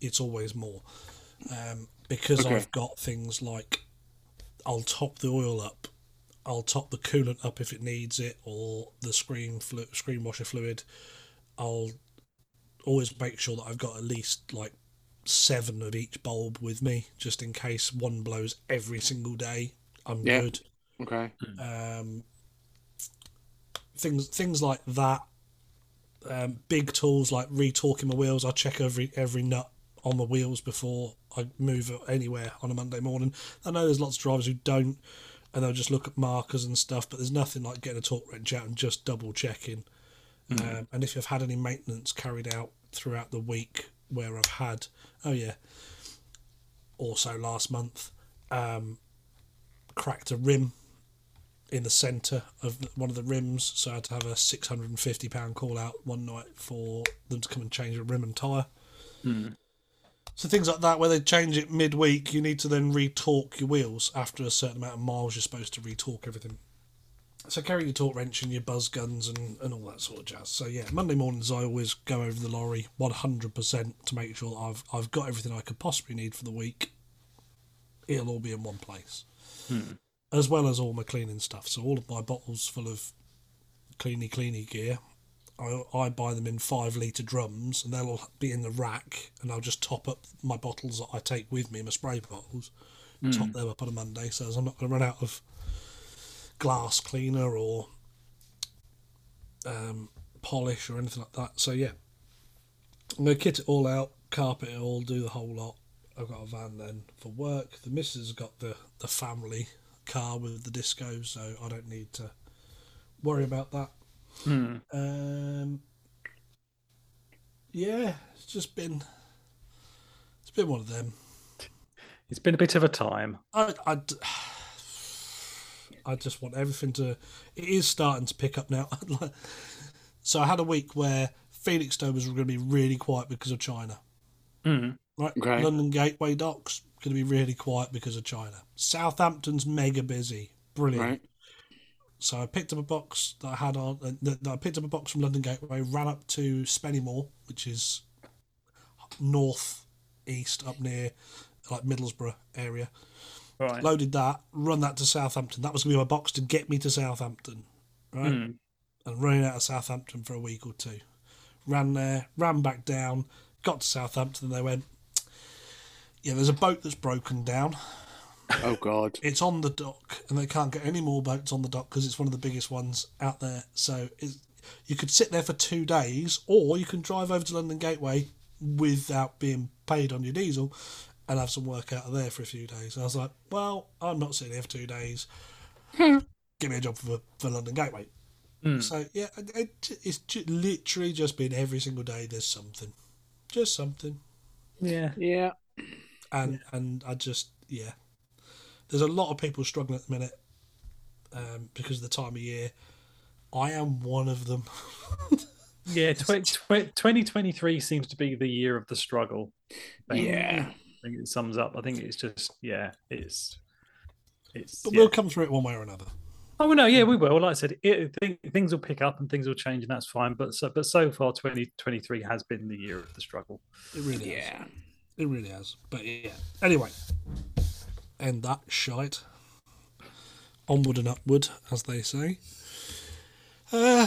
B: it's always more um, because
C: Okay.
B: I've got things like I'll top the oil up, I'll top the coolant up if it needs it, or the screen flu- screen washer fluid. I'll always make sure that I've got at least like seven of each bulb with me, just in case one blows every single day. I'm
C: Yeah.
B: good.
C: Okay.
B: Um, things things like that. Um, big tools like retorquing my wheels. I check every every nut on the wheels before I move anywhere on a Monday morning. I know there's lots of drivers who don't, and they'll just look at markers and stuff. But there's nothing like getting a torque wrench out and just double checking. Um, and if you've had any maintenance carried out throughout the week, where I've had, oh yeah, also last month, um, cracked a rim in the centre of one of the rims, so I had to have a six hundred and fifty pound call out one night for them to come and change a rim and tyre. So things like that, where they change it midweek, you need to then retorque your wheels after a certain amount of miles. You're supposed to retorque everything. So carry your torque wrench and your buzz guns and, and all that sort of jazz. So yeah, Monday mornings I always go over the lorry one hundred percent to make sure that I've I've got everything I could possibly need for the week. It'll all be in one place, as well as all my cleaning stuff. So all of my bottles full of cleany cleany gear, I I buy them in five liter drums and they'll all be in the rack, and I'll just top up my bottles that I take with me, my spray bottles, top them up on a Monday, so as I'm not going to run out of glass cleaner or um, polish or anything like that. So yeah, I'm gonna kit it all out, carpet it all, do the whole lot. I've got a van then for work. The missus has got the the family car with the disco, so I don't need to worry about that.
D: Hmm.
B: Um, yeah, it's just been it's been one of them.
D: It's been a bit of a time.
B: I, I d- I just want everything to. It is starting to pick up now. Like, so I had a week where Felixstowe was going to be really quiet because of China.
D: Hmm.
B: Right,
C: Okay.
B: London Gateway docks going to be really quiet because of China. Southampton's mega busy, brilliant.
C: Right.
B: So I picked up a box that I had on. uh, That that I picked up a box from London Gateway, ran up to Spennymoor, which is north east up near like Middlesbrough area
D: Right.
B: loaded that, run that to Southampton. That was going to be my box to get me to Southampton, right?
D: Hmm.
B: And running out of Southampton for a week or two. Ran there, ran back down, got to Southampton, and they went, Yeah, there's a boat that's broken down.
C: Oh God.
B: It's on the dock, and they can't get any more boats on the dock because it's one of the biggest ones out there. So it's, you could sit there for two days, or you can drive over to London Gateway without being paid on your diesel and have some work out of there for a few days. And I was like, well, I'm not sitting here for two days. Give me a job for, for London Gateway.
D: Hmm.
B: So yeah, it- it, it's ju- literally just been every single day. There's something, just something
D: Yeah.
C: Yeah.
B: and and I just yeah, there's a lot of people struggling at the minute um, because of the time of year. I am one of them.
D: Yeah. Tw- tw- 2023 seems to be the year of the struggle.
C: Yeah.
D: I think it sums up. I think it's just, yeah, it's. It's,
B: But
D: yeah.
B: we'll come through it one way or another.
D: Oh well, no, yeah, we will. Like I said, it, th- things will pick up and things will change, and that's fine. But so, but so far, twenty twenty three has been the year of the struggle.
B: It really has.
C: Yeah.
B: It really has. But yeah. Anyway, and that shite. Onward and upward, as they say. Uh,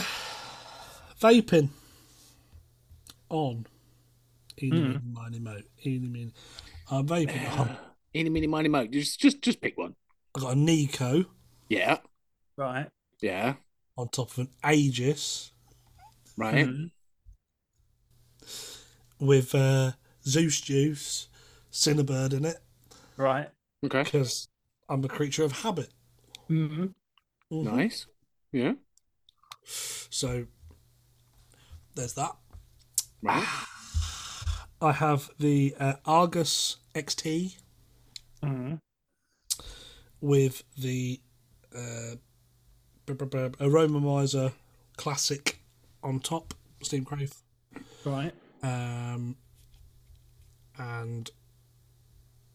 B: vaping. On. Eeny, meeny, miny, mo. Eeny, meeny. I'm vaping on.
C: Eeny, meeny, miny, moe. Just, just, just pick one.
B: I've got a Nico.
C: Yeah.
D: Right.
C: Yeah.
B: on top of an Aegis
C: Right.
D: Mhm.
B: with uh, Zeus juice, Cinnabird in it,
D: Right.
B: Mm-hmm.
C: Okay.
B: because I'm a creature of habit.
D: hmm
B: Mhm.
C: Nice. Yeah.
B: So there's that.
C: Right.
B: Ah. I have the uh, Argus XT
D: hmm
B: with the uh, br- br- br- Aromamizer Classic on top, Steam Crave.
D: Right.
B: Um, and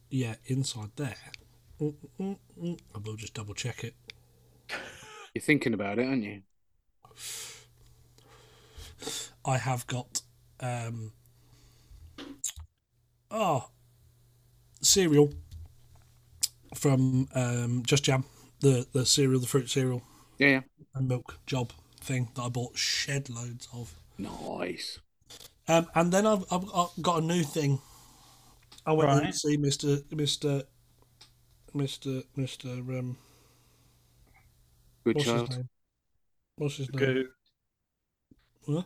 B: yeah, inside there. Mm, mm, mm. I will just double check it.
C: You're thinking about it, aren't you?
B: I have got um oh cereal from um Just Jam, the the cereal, the fruit cereal
C: Yeah. yeah.
B: and milk job thing that I bought shed loads of.
C: Nice.
B: Um, and then I've, I've I've got a new thing. I went in
D: Right.
B: to see Mister Mister Mister Mister um
C: Good
B: what's his
C: child.
B: name? What's his name?
D: Goo.
B: Huh?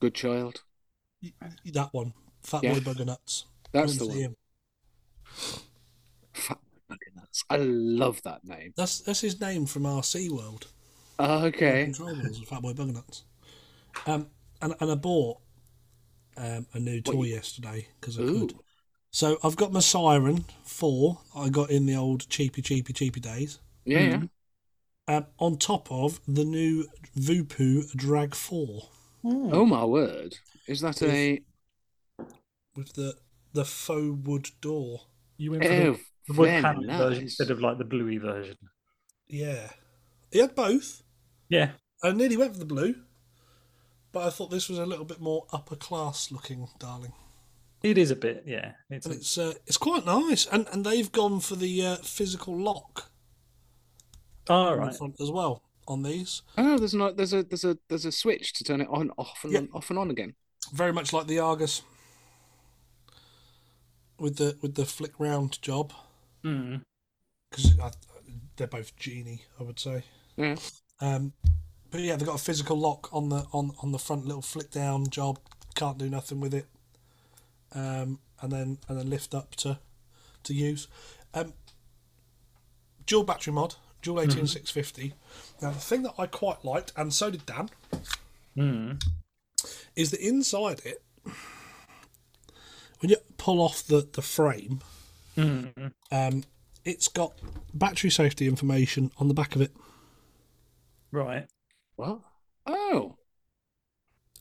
C: Good child.
B: That one, Fat
C: Yeah.
B: Boy Bugger Nuts. Went
C: That's
B: to
C: the
B: see
C: one.
B: him.
C: Fuck, fucking nuts. I love that name.
B: That's that's his name from RC World.
C: Okay.
B: Controllables and Fatboy Bugger Nuts. Um, and, and I bought um, a new toy yesterday because I
C: Ooh.
B: could. So I've got my Siren 4 I got in the old cheapy, cheapy, cheapy days.
C: Yeah. yeah.
B: Um, on top of the new Vupu Drag 4
C: Oh my word. Is that a
B: with the, the faux wood door.
D: You went for
C: oh,
D: the, the wood
C: very
D: panel version
C: nice.
D: instead of like the bluey version.
B: Yeah. He had both.
D: Yeah.
B: I nearly went for the blue, but I thought this was a little bit more upper class looking, darling.
D: It is a bit, yeah. It's
B: And
D: a,
B: it's uh, it's quite nice, and and they've gone for the uh, physical lock
D: all
B: on the
D: right.
B: front as well on these,
C: Oh, there's not. There's a there's a there's a switch to turn it on, off, and
B: Yeah.
C: on, off and on again.
B: very much like the Argus with the with the flick round job
D: Mm.
B: because they're both genie, I would say.
C: Yeah.
B: Um, but yeah, they've got a physical lock on the on on the front little flick down job. Can't do nothing with it. Um, and then and then lift up to to use. Um, dual battery mod, dual eighteen six fifty. Now the thing that I quite liked, and so did Dan,
D: Mm.
B: is that inside it, when you pull off the the frame,
D: Mm.
B: um, it's got battery safety information on the back of it,
D: Right.
C: What? Oh,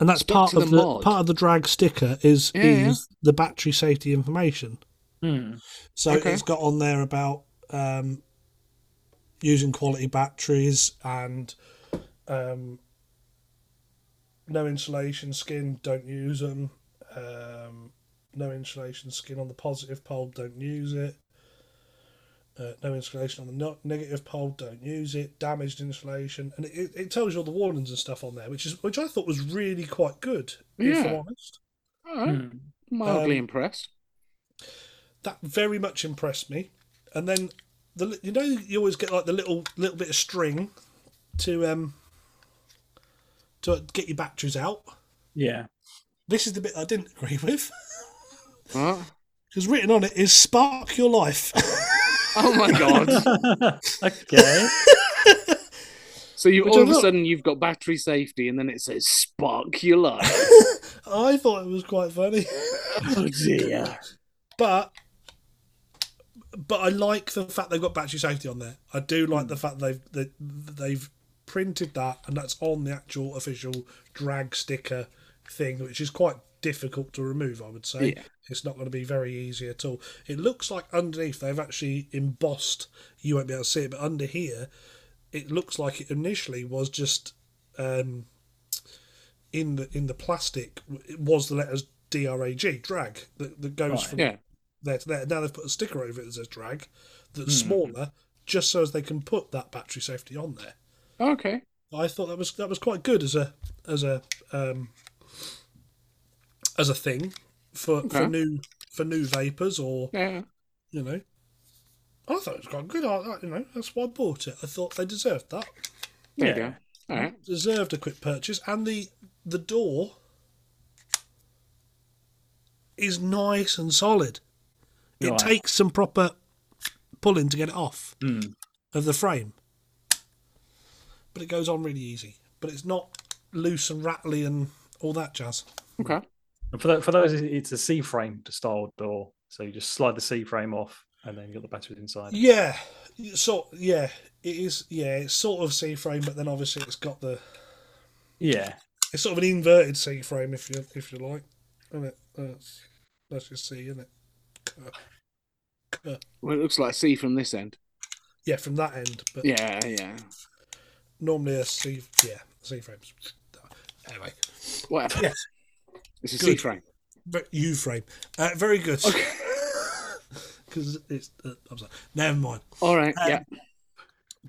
B: and that's
C: Stuck
B: part
C: to
B: of
C: the
B: the
C: mod.
B: part of the drag sticker is
C: Yeah, yeah.
B: is the battery safety information.
D: Mm.
B: So
C: Okay.
B: it's got on there about um, using quality batteries and um, no insulation skin, don't use them. Um, no insulation skin on the positive pole, don't use it. Uh, no insulation on the no- negative pole, don't use it. Damaged insulation, and it- it, it tells you all the warnings and stuff on there, which is which I thought was really quite good. If I'm
C: Yeah.
B: honest,
C: all right.
D: Mm.
C: Mildly
B: Um,
C: impressed.
B: that very much impressed me. And then the li- you know you always get like the little little bit of string to um to get your batteries out.
D: Yeah.
B: This is the bit I didn't agree with
C: What?
B: because written on it is "Spark your life."
C: Oh my god!
D: okay.
C: so you
B: Which
C: all
B: I
C: of a
B: will.
C: sudden you've got battery safety, and then it says spark your life.
B: I thought it was quite funny,
D: oh dear.
B: but but I like the fact they've got battery safety on there. I do like the fact they've that they've printed that and that's on the actual official drag sticker thing, which is quite difficult to remove. I would say
C: Yeah.
B: it's not going to be very easy at all. It looks like underneath they've actually embossed. You won't be able to see it, but under here, it looks like it initially was just um, in the in the plastic. It was the letters DRAG drag that, that goes
D: Right.
B: from
C: yeah.
B: there to there. Now they've put a sticker over it that says drag that's smaller, just so as they can put that battery safety on there.
C: Okay.
B: I thought that was that was quite good as a as a um, as a thing for for
C: Okay.
B: new for new vapors or
C: Yeah.
B: you know. I thought it was quite good. I, I- you know, that's why I bought it. I thought they deserved that.
C: There
D: Yeah.
C: you go. All right.
B: Deserved a quick purchase, and the the door is nice and solid. It
D: Right.
B: takes some proper pulling to get it off
D: Mm.
B: of the frame. But it goes on really easy. But it's not loose and rattly and all that jazz.
C: Okay.
D: And for, tho- for those, it's a C frame style door. So you just slide the C frame off and then you've got the batteries inside.
B: Yeah. So yeah, it is yeah, it's sort of C frame, but then obviously it's got the
D: Yeah.
B: it's sort of an inverted C frame if you if you like. Isn't it? That's that's your C, isn't it? Cuh. Cuh.
C: Well, it looks like C from this end.
B: Yeah, from that end, but
C: Yeah. Yeah.
B: normally a C yeah, C frames. Anyway.
C: Whatever.
B: Yes.
C: It's a
B: Good.
C: frame.
B: Ve- U frame. Uh, very good. Because it's. Uh, I'm sorry. Never mind.
C: All right. Yeah.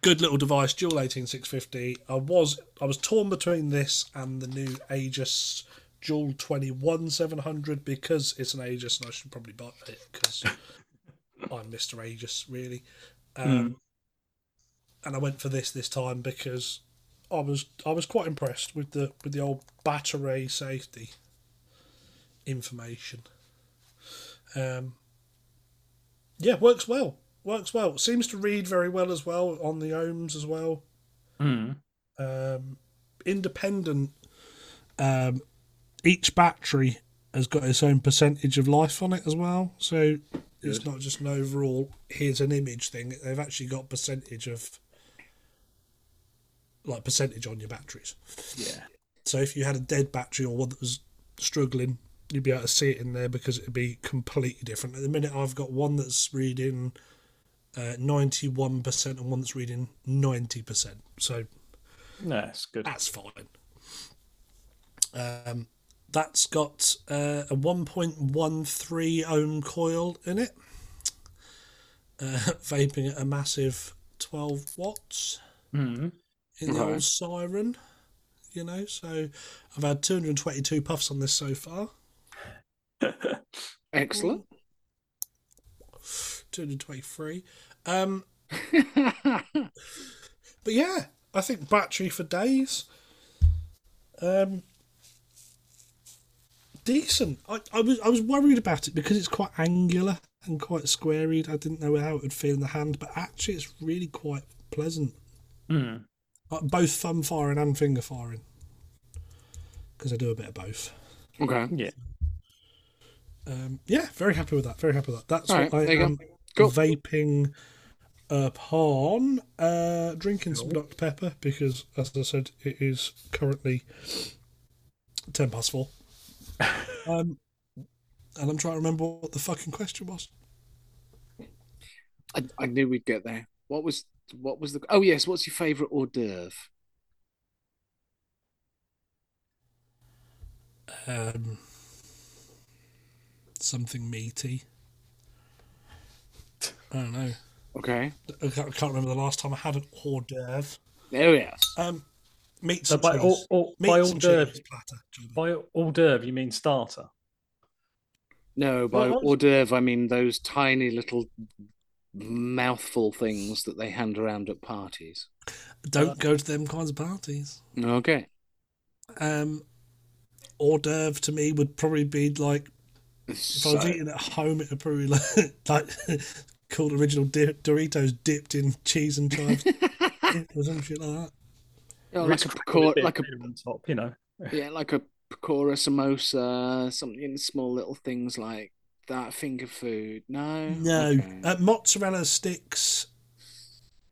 B: Good little device, dual 18650. I was I was torn between this and the new Aegis dual 21700 because it's an Aegis and I should probably buy it because I'm Mr. Aegis, really. Um, And I went for this this time because. I was I was quite impressed with the with the old battery safety information. Um, yeah, works well. Works well. Seems to read very well as well on the ohms as well.
D: Mm.
B: Um, independent. Um, each battery has got its own percentage of life on it as well. So it's not just an overall here's an image thing. They've actually got percentage of like percentage on your batteries.
D: Yeah.
B: So if you had a dead battery or one that was struggling, you'd be able to see it in there because it'd be completely different. At the minute, I've got one that's reading uh, ninety-one percent and one that's reading ninety percent. So
D: No, it's good.
B: That's fine. Um, that's got uh, a 1.13 ohm coil in it, uh, vaping at a massive 12 watts
D: Mhm.
B: in the
C: Okay.
B: old siren. You know, so I've had 222 puffs on this so far.
C: Excellent.
B: 223. Um, but yeah, I think battery for days. Um, decent. I, I was I was worried about it because it's quite angular and quite squaried. I didn't know how it would feel in the hand, but actually, it's really quite pleasant.
D: Mm.
B: Like both thumb firing and finger firing, because I do a bit of both.
C: okay.
D: Yeah.
B: Um, yeah, very happy with that. Very happy with that. That's
C: All
B: what
C: right,
B: I um,
C: there you go.
B: am
C: Cool.
B: vaping upon. Uh, drinking some Dr Pepper because, as I said, it is currently ten past four. um, and I'm trying to remember what the fucking question was.
C: I, I knew we'd get there. What was what was the? Oh yes, what's your favourite hors d'oeuvre?
B: Um, something meaty. I don't know.
C: Okay.
B: I can't I can't remember the last time I had an hors d'oeuvre.
C: There we are.
B: Um, meats
D: So
B: and
D: by
B: cheese.
D: all, all,
B: meats
D: by all
B: and cheese
D: d'oeuvres,
B: platter. Jordan.
D: by hors d'oeuvre, you mean starter?
C: No, by
D: Well, I-
C: hors d'oeuvre I mean those tiny little mouthful things that they hand around at parties.
B: Don't go to them kinds of parties.
C: Okay.
B: Um, hors d'oeuvre to me would probably be like if I
C: So,
B: was eating at home, it would probably like, like called original di- Doritos dipped in cheese and chives or some shit like that.
C: you know, Oh, like a
D: Ritz
C: pecora,
D: with bit
C: like a
D: of cream on top, you know.
C: yeah, like a pecora samosa, something small little things like that. Finger food. No.
B: No,
C: Okay.
B: uh, mozzarella sticks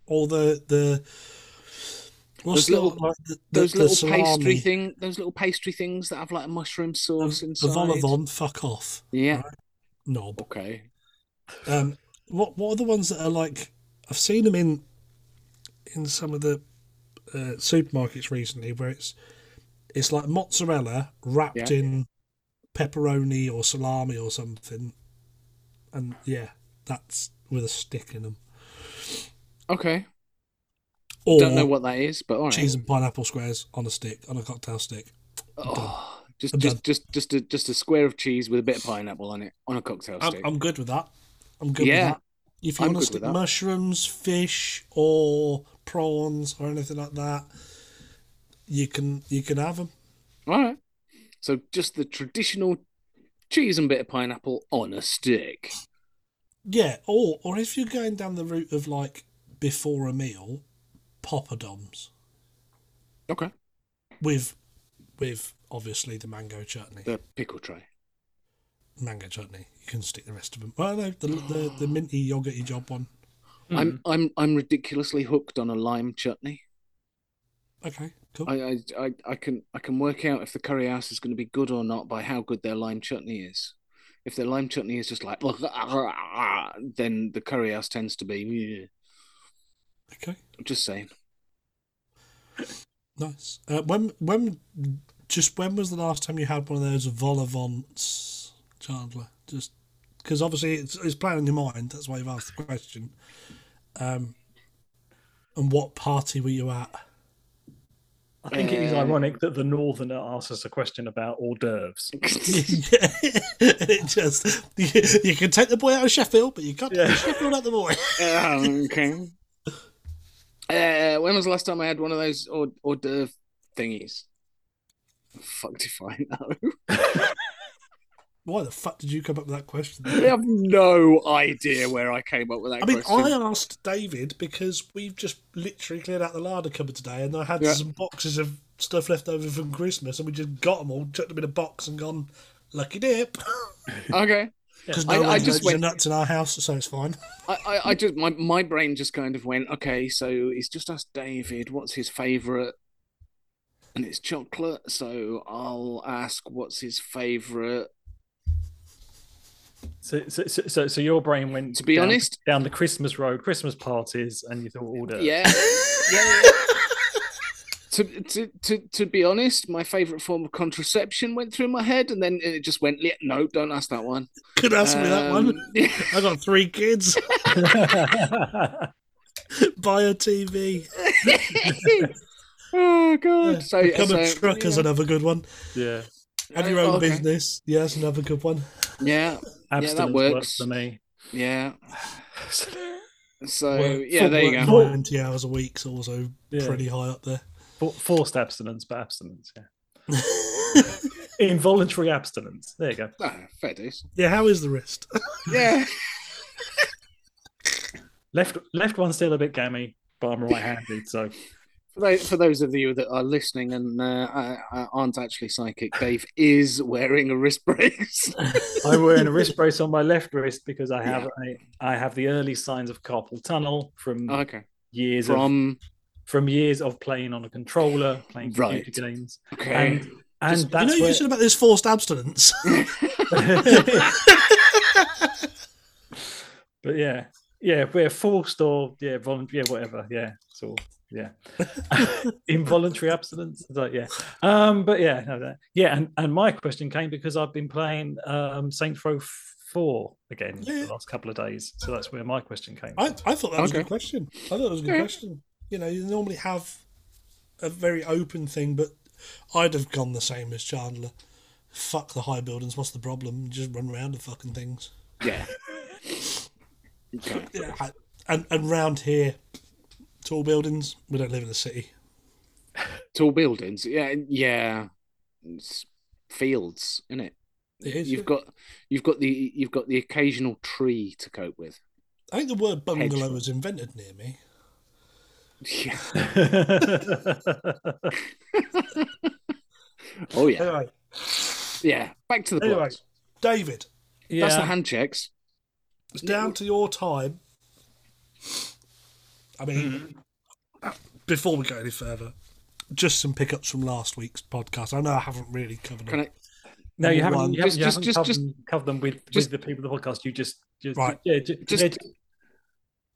B: or the the what's
C: Those little-
B: the, like, the, the-
C: those
B: the
C: little
B: salami,
C: pastry thing. Those little pastry things that have like a mushroom sauce
B: the
C: inside.
B: vol-au-vent, fuck off,
C: Yeah.
B: knob.
C: Okay.
B: Um, what what are the ones that are like? I've seen them in in some of the uh, supermarkets recently, where it's it's like mozzarella wrapped
C: Yeah.
B: in pepperoni or salami or something, and yeah, that's with a stick in them.
C: Okay.
B: Or
C: Don't know what that is, but all right.
B: cheese and pineapple squares on a stick on a cocktail stick.
C: Oh, just,
B: I'm
C: just, just, just a just a square of cheese with a bit of pineapple on it on a cocktail
B: I'm,
C: stick.
B: I'm good with that. I'm good
C: Yeah.
B: with that. If you want
C: I'm good
B: to
C: with
B: stick
C: that.
B: mushrooms, fish, or prawns or anything like that, you can you can have them.
C: All right. So just the traditional cheese and bit of pineapple on a stick.
B: Yeah, or or if you're going down the route of like before a meal, poppadoms
C: Okay.
B: with with obviously the mango chutney.
C: The pickle tray.
B: Mango chutney. You can stick the rest of them. Well, no, the the, the minty yogurty job one.
C: I'm I'm I'm ridiculously hooked on a lime chutney.
B: Okay, cool.
C: I, I I I can I can work out if the curry house is going to be good or not by how good their lime chutney is. If their lime chutney is just like, then the curry house tends to be.
B: okay,
C: I'm just saying.
B: nice. Uh, when when just when was the last time you had one of those vol-au-vents, Chandler? Just because obviously it's it's playing on your mind. That's why you've asked the question. Um, and what party were you at?
D: I think it is
C: Uh,
D: ironic that the northerner asks us a question about hors d'oeuvres.
B: Yeah, and it just you, you can take the boy out of Sheffield, but you can't
D: Yeah.
B: take Sheffield out the boy.
C: Um, okay. Uh, when was the last time I had one of those hors, hors d'oeuvre thingies? Fucked if I know.
B: Why the fuck did you come up with that question?
C: I have no idea where I came up with that
B: I mean,
C: question.
B: I asked David because we've just literally cleared out the larder cupboard today, and I had
C: Yeah.
B: some boxes of stuff left over from Christmas, and we just got them all, chucked them in a box, and gone lucky dip
C: Okay.
B: because
C: I-
B: no
C: I
B: one
C: just
B: just
C: went-
B: nuts in our house, so it's fine.
C: I, I, I just my, my brain just kind of went, okay, so he's just asked David what's his favourite and it's chocolate, so I'll ask what's his favourite
D: So, so, so, so, so your brain went
C: To be
D: down,
C: honest-
D: down the Christmas road, Christmas parties, and you thought hors d'oeuvres.
C: Yeah. yeah, yeah. to, to to to be honest, my favorite form of contraception went through my head, and then it just went, "Yeah, no, don't ask that one.
B: Could ask me that one.
C: one.
B: I got three kids. Buy a TV.
C: Um, oh god! So,
B: Become
C: so,
B: a trucker's
C: yeah.
B: another good one.
D: yeah,
B: Have
C: Oh,
B: your own
C: okay.
B: business. Yeah, that's another good one.
C: yeah,
D: abstinence
C: works.
D: works for me.
C: yeah. So
B: Work-
C: yeah, there you
B: work
C: go.
B: 90 hours a week is also
D: Yeah.
B: pretty high up there.
D: For- Forced abstinence, but abstinence. Yeah, involuntary abstinence. There you go.
C: Ah, fair dues.
B: yeah, how is the wrist?
C: Yeah,
D: Left left one's still a bit gammy, but I'm right-handed, so
C: for those, for those of you that are listening and uh, I- I aren't actually psychic, Dave is wearing a wrist brace.
D: I'm wearing a wrist brace on my left wrist because I have a, I have the early signs of carpal tunnel from
C: okay,
D: years of
C: from
D: from years of playing on a controller, playing computer
C: Right.
D: games,
C: okay.
D: and and
C: Just- you
B: you know,
D: that's
B: you
D: where-
B: said about this forced abstinence.
D: but yeah, yeah, we're forced or yeah, voluntary, yeah, whatever, yeah, so yeah, involuntary abstinence, it's like yeah, um, but yeah, no, that, yeah, and and my question came because I've been playing um Saints Row Four again
B: Yeah.
D: the last couple of days, so that's where my question came.
B: I,
D: from.
B: I thought that was a
C: Okay.
B: good question. I thought it was a good
C: Yeah.
B: question. You know, you normally have a very open thing, but I'd have gone the same as Chandler. Fuck the high buildings. What's the problem? Just run around the fucking things.
C: Yeah. Okay.
B: Yeah. And and round here, tall buildings. We don't live in the city.
C: Tall buildings. Yeah, yeah. It's fields, isn't it?
B: It is.
C: You've got you've got the you've got the occasional tree to cope with.
B: I think the word bungalow
C: Hedge-
B: was invented near me.
C: Yeah. Oh yeah.
B: Anyway,
C: Yeah. Back to the
B: Anyway,
C: plot.
B: David,
D: yeah,
C: That's the hand checks.
B: it's down to your time. I
D: Mm-hmm.
B: mean, before we go any further, just some pickups from last week's podcast. I know I haven't really covered
C: Can
B: them.
C: I
D: no, you
B: One.
D: haven't, you haven't, you
C: Just-
D: haven't
C: just-
D: covered,
C: just-
D: them- covered them with,
C: just-
D: with the people of the podcast. You just, just
B: Right.
D: yeah, just,
C: Just-
D: yeah, just,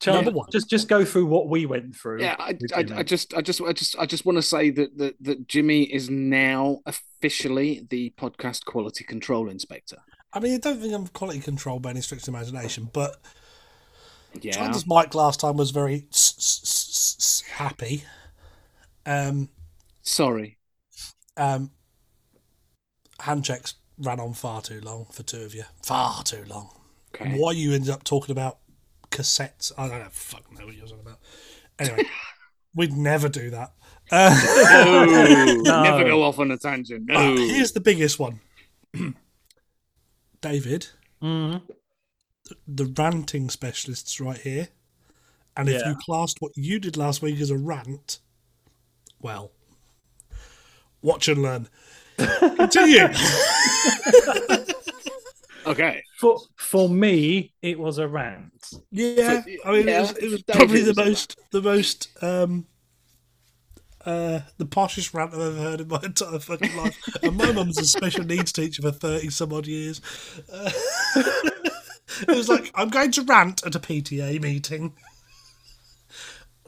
D: Charlie,
B: Number one.
D: just just go through what we went through.
C: Yeah, I,
D: with
C: I,
D: you,
C: I
D: mate.
C: just, I just, I just, I just want to say that, that that Jimmy is now officially the podcast quality control inspector.
B: I mean, I don't think I'm quality control by any stretch of imagination, but
C: Yeah,
B: Chandler's mic last time was very s- s- s- s- happy. Um,
C: sorry.
B: um, hand checks ran on far too long for two of you. Far too long.
C: Okay.
B: Why you ended up talking about cassettes? I don't know. Fuck know what you're talking about. Anyway, we'd never do that. Uh,
C: Oh,
D: No.
C: Never go off on a tangent. No.
B: but here's the biggest one, David. Mm-hmm.
D: Mhm.
B: the ranting specialists right here. And if
D: Yeah.
B: you classed what you did last week as a rant, well, watch and learn. Continue.
C: Okay.
D: For for me, it was a rant.
B: yeah, I mean, it was, it was
C: Yeah,
B: probably
C: David
B: the
C: was a
B: most, the most, um, uh, the poshest rant I've ever heard in my entire fucking life. And my mum's a special needs teacher for thirty some odd years. Uh, it was like I'm going to rant at a PTA meeting.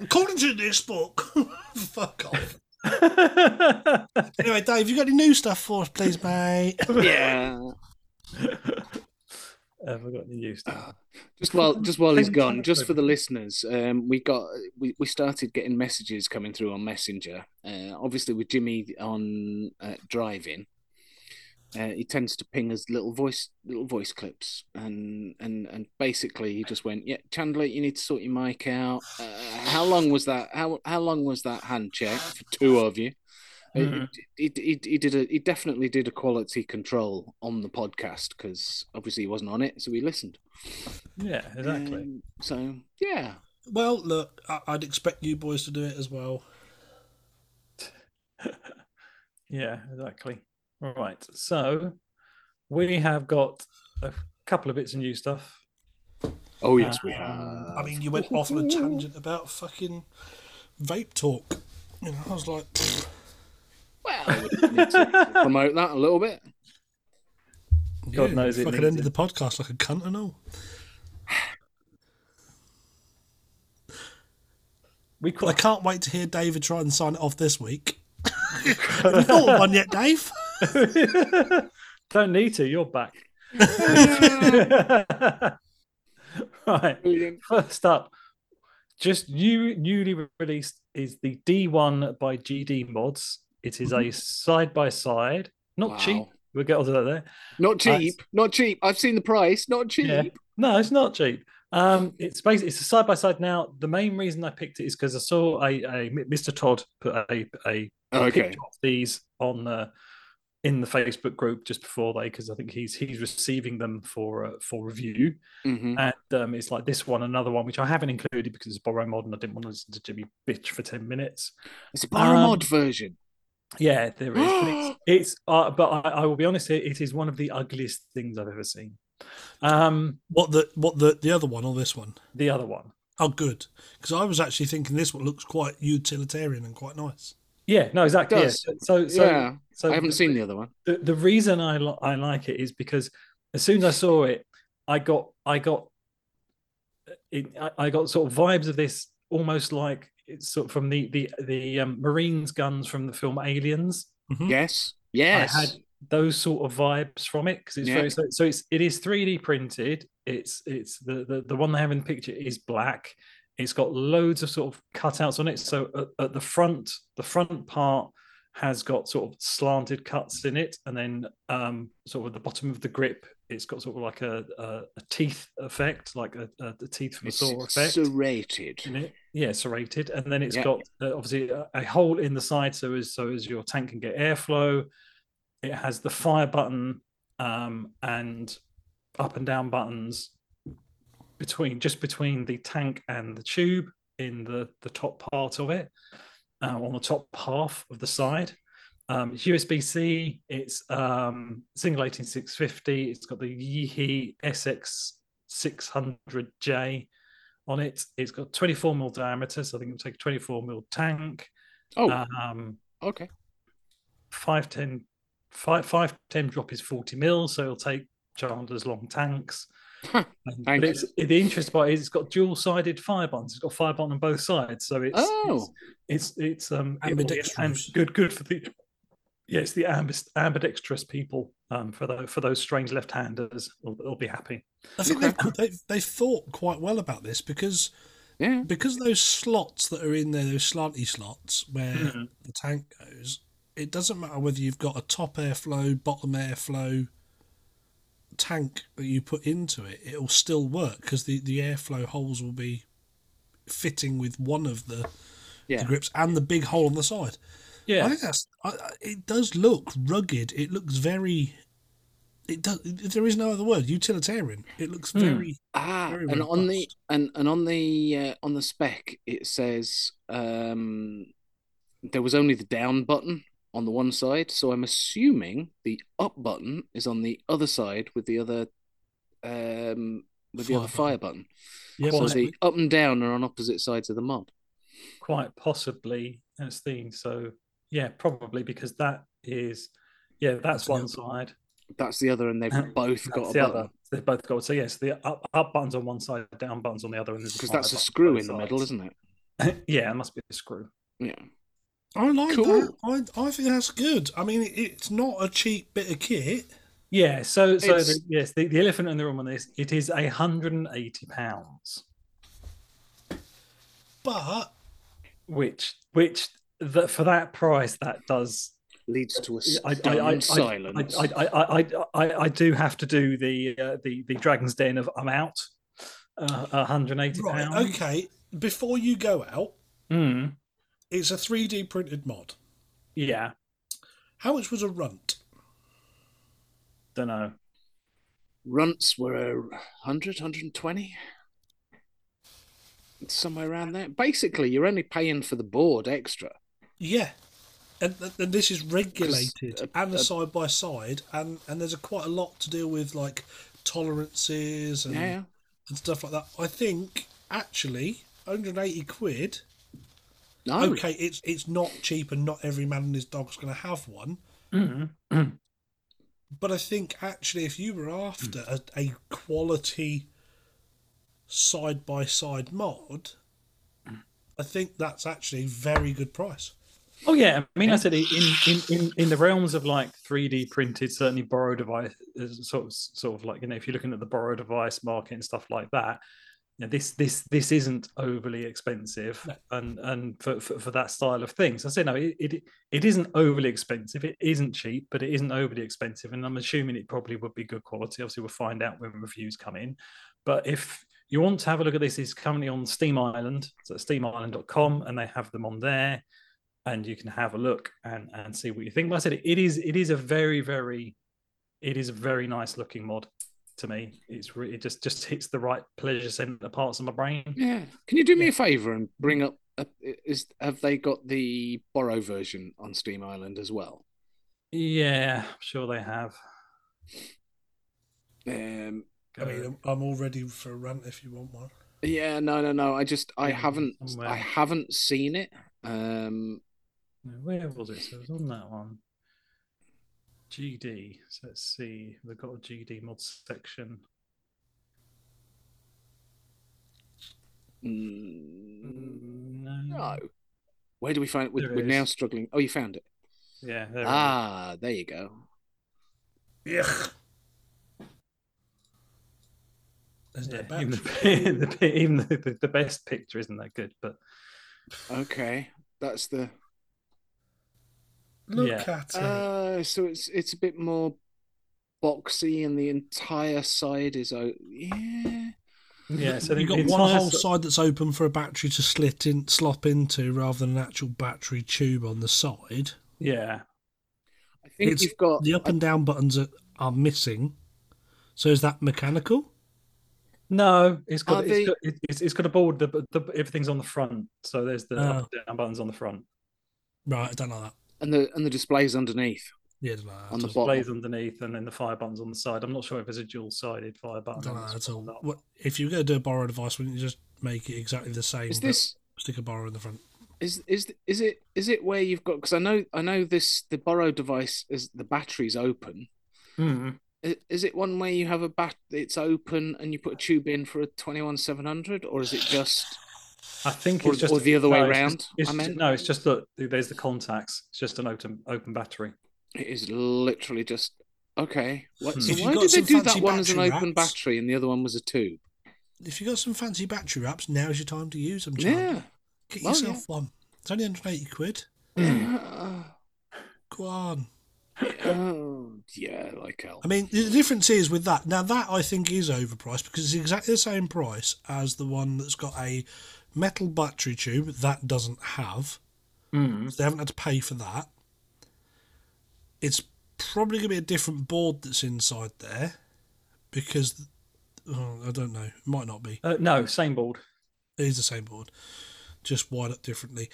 B: According to this book, fuck off. anyway, Dave, you got any new stuff for us, please, mate?
C: Yeah.
D: Have I got any use? to
C: Ah, Just while just while he's
D: Same time
C: gone, just for the
D: frame.
C: listeners, um, we got we, we started getting messages coming through on Messenger. Uh, obviously, with Jimmy on uh, driving, uh, he tends to ping us little voice little voice clips, and and and basically he just went, "Yeah, Chandler, you need to sort your mic out. Uh, how long was that? How how long was that hand check for two of you?"
D: Mhm.
C: He, he, he did a he definitely did a quality control on the podcast because obviously he wasn't on it, so we listened.
D: Yeah, exactly.
C: Um, so yeah,
B: Well, look, I- I'd expect you boys to do it as well.
D: Yeah, exactly. All right. So we have got a couple of bits of new stuff.
C: oh
D: yes,
C: we
B: I mean, you went off on a tangent about fucking vape talk. You know, I was like, "Pfft,
C: Well, we need to promote that a little bit.
D: God knows it
B: fucking
D: needs
B: ended the
D: it.
B: podcast like a cunt and all.
D: We
B: I
D: quite
B: can't wait to hear David try and sign it off this week. Not one yet, Dave.
D: don't need to. You're back. right.
C: Brilliant.
D: First up, just new, newly released is the D1 by GD Mods. It is a side by side,
C: Mm-hmm.
D: not
C: Wow.
D: cheap. We'll get onto that there.
C: Not
D: Uh,
C: cheap. Not cheap. I've seen the price. Not cheap.
D: Yeah. No, it's not cheap. Um, it's basically it's a side by side. Now, the main reason I picked it is because I saw a, a Mr. Todd put a a
C: Oh, okay.
D: picture of these on the in the Facebook group just before they because I think he's he's receiving them for uh, for review
C: hmm
D: and um, it's like this one another one which I haven't included because it's borrow mod and I didn't want to listen to Jimmy bitch for ten minutes.
C: It's a borrow mod
D: Um,
C: version.
D: Yeah, there is. but it's it's uh, but I, I will be honest here, it is one of the ugliest things I've ever seen. Um,
B: What the what the the other one or this one?
D: the other one.
B: Oh, good. Because I was actually thinking this one looks quite utilitarian and quite nice.
D: Yeah, no, exactly. yeah.
C: does.
D: So, so,
C: yeah.
D: so
C: I haven't seen the other one.
D: the, the reason I li- I like it is because as soon as I saw it, I got I got it, I- I got sort of vibes of this almost like it's sort of from the the the um, Marines guns from the film Aliens.
C: Yes. Yes.
D: Hmm? I had those sort of vibes from it because it's
C: Yeah.
D: very so, so it's it is 3D printed. It's it's the, the the one they have in the picture is black. It's got loads of sort of cutouts on it. So at, at the front, the front part has got sort of slanted cuts in it, and then um, sort of at the bottom of the grip, it's got sort of like a a, a teeth effect, like a, a the teeth from a
C: it's
D: saw effect
C: serrated.
D: in it. Yeah, serrated, and then it's
C: Yeah.
D: got uh, obviously a, a hole in the side, so as so as your tank can get airflow. It has the fire button um, and up and down buttons between just between the tank and the tube in the the top part of it, uh, on the top half of the side. Um, it's USB C. It's um, single 18650. It's got the Yeehee SX 600J on it. It's got 24 mil diameter, so I think it'll take a 24 mil tank.
C: Oh,
D: Um,
C: okay.
D: 510, five, 510 drop is 40 mil, so it'll take Chandler's long tanks.
C: Huh,
D: Um,
C: thank
D: but it's, the interest part is it's got dual sided fire buttons. It's got fire button on both sides, so it's
C: Oh,
D: it's, it's it's um it- and
B: Ambidextrous.
D: good good for the yeah it's the ambis- ambidextrous people um for those for those strange left handers will, will be happy.
B: I think
C: Okay.
B: they've, they've, they've thought quite well about this because
C: yeah.
B: because those slots that are in there, those slanty slots where
D: Mhm.
B: the tank goes, it doesn't matter whether you've got a top airflow, bottom airflow tank that you put into it, it'll still work because the, the airflow holes will be fitting with one of the,
C: Yeah.
B: the grips and the big hole on the side. I
D: Yeah,
B: think that's. I, I- it does look rugged. It looks very. It does. There is no other word. Utilitarian. It looks
D: Hmm.
B: very.
C: Ah,
B: Very
C: and on the
B: robust.
C: and and on the uh, on the spec it says um there was only the down button on the one side, so I'm assuming the up button is on the other side with the other um with the
B: Fire
C: other fire button.
B: Yeah,
C: So
D: Quite.
C: the up and down are on opposite sides of the mod.
D: quite possibly that's thing. So yeah, probably because that is yeah that's,
B: That's
D: one
B: another
D: side.
C: That's the other, and they've both got
D: That's
C: a
D: the
C: button
D: other. They both got so yes, the up, up buttons on one side, down buttons on the other, and there's
C: because that's a screw in the middle, isn't it?
D: it? yeah, it must be a screw.
C: Yeah.
B: I like
C: Cool.
B: that. I, I think that's good. I mean, it, it's not a cheap bit of kit.
D: Yeah, so so
C: It's-
D: the, yes, the, the elephant in the room on this, it is a hundred and eighty pounds,
B: But
D: which which the, for that price that does.
C: Leads to a
D: I
C: stunned
D: I I, I,
C: silence.
D: I, I, I, I, I, I do have to do the uh, the the Dragon's Den of I'm out, uh, hundred and eighty
B: right,
D: pounds.
B: okay. Before you go out,
D: Mm,
B: it's a three D printed mod.
D: yeah,
B: How much was a runt?
D: don't know.
C: runts were a 100 120 somewhere around there basically you're only paying for the board extra
B: Yeah. And, and this is regulated
C: Because, uh,
B: and a
C: uh,
B: side by side, and and there's a quite a lot to deal with, like tolerances
D: Mm.
B: and
C: yeah
B: and stuff like that. I think actually 180 quid.
C: no
B: Okay, it's it's not cheap, and not every man and his dog's going to have one.
D: Mm.
B: But I think actually, if you were after
D: Hmm.
B: a, a
D: Hmm.
B: quality side by side mod, I think that's actually very good price.
D: Oh yeah, I mean, I said in in in, in the realms of like three D printed, certainly borrow device is sort of sort of like you know if you're looking at the borrow device market and stuff like that, you know, this this this isn't overly expensive and and for, for for that style of thing. So I said no, it, it it isn't overly expensive. It isn't cheap, but it isn't overly expensive, and I'm assuming it probably would be good quality. Obviously, we'll find out when reviews come in, but if you want to have a look at this, it's currently on Steam Island, so steamisland.com, and they have them on there and you can have a look and and see what you think. But I said it, it is it is a very very it is a very nice looking mod to me. It's re- it just just hits the right pleasure center parts of my brain.
C: Yeah. Can you do me
D: Yeah.
C: a favor and bring up? Uh, is have they got the borrow version on Steam Island as well?
D: Yeah, I'm sure they have.
C: Um,
B: I mean, I'm, I'm all ready for a rant if you want one.
C: yeah, no, no, no. I just I
D: Yeah,
C: haven't
D: somewhere.
C: I haven't seen it. Um,
D: Where was it? So it was on that one. GD. So let's see. They've got a GD mod section.
C: mm,
D: No.
C: no. Where do we find it? We're,
D: There
C: we're
D: it
C: now
D: is.
C: struggling. Oh, you found it.
D: Yeah. There it is.
C: ah, there you go.
B: Yuck. There's no
D: Yeah,
B: badge.
D: even the, the, even the, the best picture isn't that good, but
C: Okay, that's the.
B: Look
D: Yeah.
B: at it.
C: Uh, so it's it's a bit more boxy, and the entire side is oh yeah.
D: yeah. So
B: You've
D: the
B: got one
D: entire
B: whole
D: s-
B: side that's open for a battery to slit in, slop into rather than an actual battery tube on the side.
D: Yeah.
C: I think
B: It's
C: you've got
B: The up and down buttons are, are missing. So is that mechanical?
D: No, it's
C: Are
D: got,
C: they-
D: it's, got it- it's, it's got a board. The, the everything's on the front, so there's the
B: Ah.
D: up and down buttons on the front.
B: Right, I don't like that.
C: and the and the displays underneath
B: Yeah, I don't like that. at
C: on the
B: all.
C: bottom.
D: Plays underneath, and then the fire buttons on the side. I'm not sure if there's a dual-sided fire
B: I
D: button.
B: don't
D: on
B: like that
D: this
B: at all.
D: one or not.
B: What, if you were going to do a borrow device, wouldn't you just make it exactly the same?
C: Is
B: but
C: this
B: stick a borrow in the front?
C: is is is it is it where you've got? Because I know I know this the borrow device is the battery's open.
D: Mm.
C: I- Is it one where you have a bat? It's open and you put a tube in for a twenty one seven hundred, or is it just?
D: I think
C: Or-
D: it's just
C: or the other way
D: it's
C: round,
D: just- it's
C: I
D: ju-
C: meant?
D: no, it's just that there's the contacts. It's just an open open battery.
C: It is literally just okay. What,
D: Hmm.
C: so
B: If you
C: why
B: got
C: did
B: some
C: they do that
B: fancy
C: one as an
B: battery
C: open
B: racks-
C: battery and the other one was a tube?
B: If you've got some fancy battery wraps, now's your time to use them. Child.
C: Yeah.
B: Get
C: well,
B: yourself one. It's only 180 quid. Hmm.
C: Yeah.
B: Go on.
C: Oh, yeah, like hell.
B: I mean, the difference is with that. Now, that I think is overpriced because it's exactly the same price as the one that's got a metal battery tube that doesn't have.
C: Hmm.
D: Mm.
B: They haven't had to pay for that. It's probably going to be a different board that's inside there because oh, I don't know. It might not be.
D: Uh, no, same board.
B: It is the same board, just wired up differently.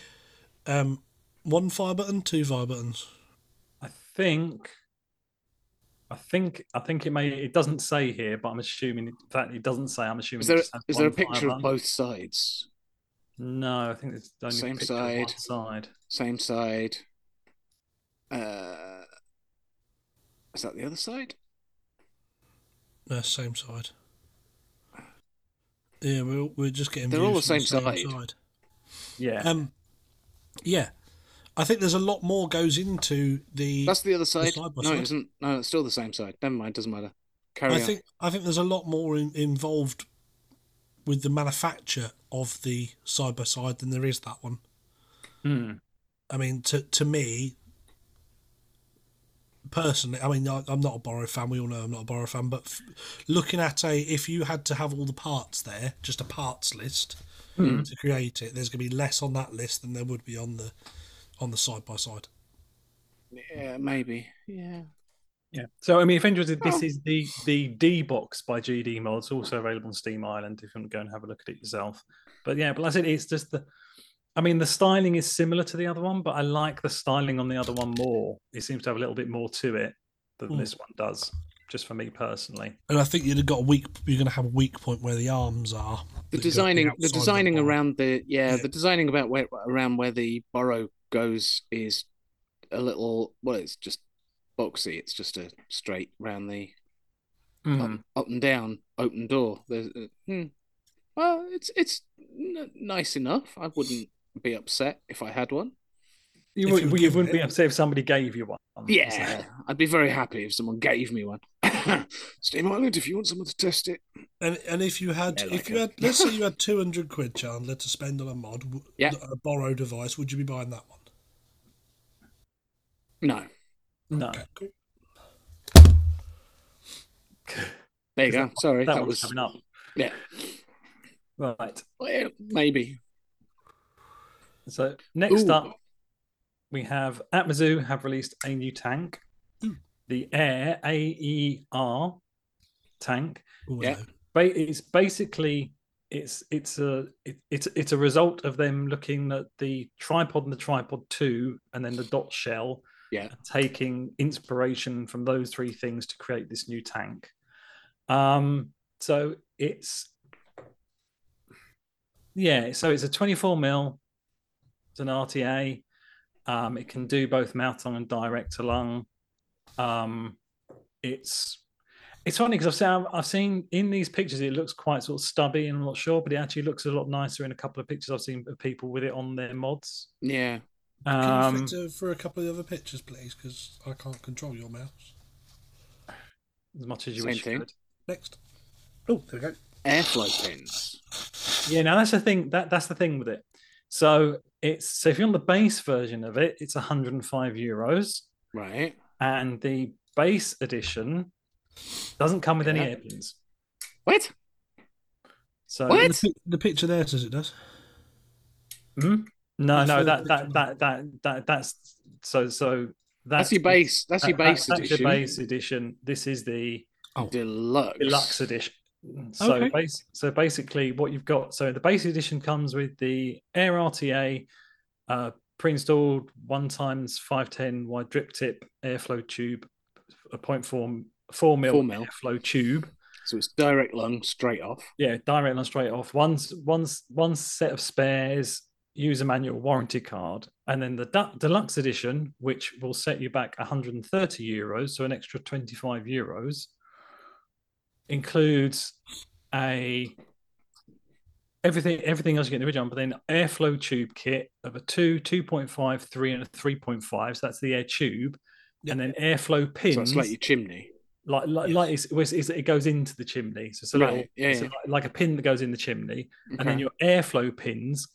B: Um, one fire button, two fire buttons.
D: I think. I think I think it may it doesn't say here, but I'm assuming it- that it doesn't say. I'm assuming.
C: Is
D: it
C: there
D: just has
C: is there a
D: one fire
C: picture of
D: button.
C: both sides?
D: No, I think it's only a
C: Same
D: picture of one
C: side.
D: side.
C: Same side. Uh, is that the other side?
B: No, same side. Yeah, we're, we're just getting.
C: They're all
B: views
C: the
B: from
C: same side.
D: Yeah.
B: Um, yeah, I think there's a lot more goes into the.
C: That's the other side.
B: side by
C: no, it
B: side.
C: isn't. No, it's still the same side. Never mind. Doesn't matter. Carry
B: I
C: on.
B: think I think there's a lot more in, involved with the manufacture of the side by side than there is that one.
D: Hmm.
B: I mean, to to me personally, I mean, I, I'm not a borrow fan. We all know I'm not a borrow fan. But f- looking at a, if you had to have all the parts there, just a parts list
C: Hmm.
B: to create it, there's going to be less on that list than there would be on the on the side by side.
C: Yeah, maybe. Yeah.
D: Yeah. So I mean, if anyone's this is the the D box by GD Mods, also available on Steam Island. If you want to go and have a look at it yourself. But yeah, but like I said, it's just the. I mean, the styling is similar to the other one, but I like the styling on the other one more. It seems to have a little bit more to it than
B: Hmm.
D: this one does, just for me personally.
B: And I think you'd have got a weak. You're going to have a weak point where the arms are. that
C: The
B: go
C: designing, the
B: outside of
C: designing
B: bottom.
C: around the yeah,
B: Yeah.
C: the designing about where around where the burrow goes is a little. Well, it's just boxy. It's just a straight round the up, up and down open door. There's, uh, hmm. Well, it's it's n- nice enough. I wouldn't be upset if I had one.
D: You,
B: If
D: would,
B: you
D: you,
B: were given
D: wouldn't be
B: it.
D: upset if somebody gave you one.
C: Yeah, I'd be very happy if someone gave me one. Steam Island, if you want someone to test it.
B: And and if you had,
C: Yeah,
B: if
C: like
B: you
C: a-
B: had, let's say you had two hundred quid, Chandler, to spend on a mod, w-
C: Yeah.
B: a borrow device, would you be buying that one?
C: No, Uh,
D: No.
B: Okay, cool.
C: there you go. Sorry,
D: That,
C: that,
D: one's
C: was
D: coming up.
C: yeah.
D: Right.
C: Well, maybe.
D: So next
C: Ooh.
D: up, we have Atmazoo have released a new tank, the Air A E R tank.
B: Ooh,
C: Yeah.
B: hello.
D: Ba- It's basically it's it's a it, it's it's a result of them looking at the tripod and the tripod two, and then the dot shell,
C: Yeah.
D: and taking inspiration from those three things to create this new tank. Um, so it's yeah, so it's a 24 mil. It's an RTA. Um, it can do both mouth lung and direct to lung. Um, it's it's funny because I've seen I've seen in these pictures it looks quite sort of stubby and I'm not sure, but it actually looks a lot nicer in a couple of pictures I've seen of people with it on their mods.
C: Yeah.
B: Can you
D: Um,
B: filter for a couple of the other pictures, please? Because I can't control your mouse.
D: as much as you
C: Same
D: wish. you
C: thing.
D: could.
B: Next. Oh, there we go.
C: Airflow pins.
D: Yeah, now that's the thing. That that's the thing with it. So it's so if you're on the base version of it, it's 105 euros,
C: Right.
D: and the base edition doesn't come with any
C: Yeah.
D: airpins.
C: What?
D: So
C: What?
B: The, pic- the picture there says it does.
D: Hmm? no,
B: That's
D: no,
B: the
D: that that,
B: original.
D: that that that that's so so
C: That's,
D: that's,
C: your base. That's your
D: that-
C: base
D: that- that's
C: edition.
D: your base edition. This is the
C: Deluxe.
D: deluxe edition. So,
B: Okay.
D: bas- so basically, what you've got so the base edition comes with the Air RTA uh, pre-installed one times 510 wide drip tip airflow tube, a point four four mil,
C: Four mil.
D: airflow tube.
C: So it's direct lung straight off.
D: Yeah, direct line straight off. One's one's one set of spares, user manual, warranty card, and then the du- deluxe edition, which will set you back 130 euros, so an extra 25 euros, includes a everything everything else you get in the original, but then airflow tube kit of a two, 2.5, three, and a 3.5. So that's the air tube, and then airflow pins
C: So it's like your chimney.
D: like like,
B: Yes.
D: like it's, it's, it's- it goes into the chimney so it's a
C: Right,
D: little
C: yeah,
D: it's a-
C: yeah.
D: like a pin that goes in the chimney and then
C: Okay.
D: your airflow pins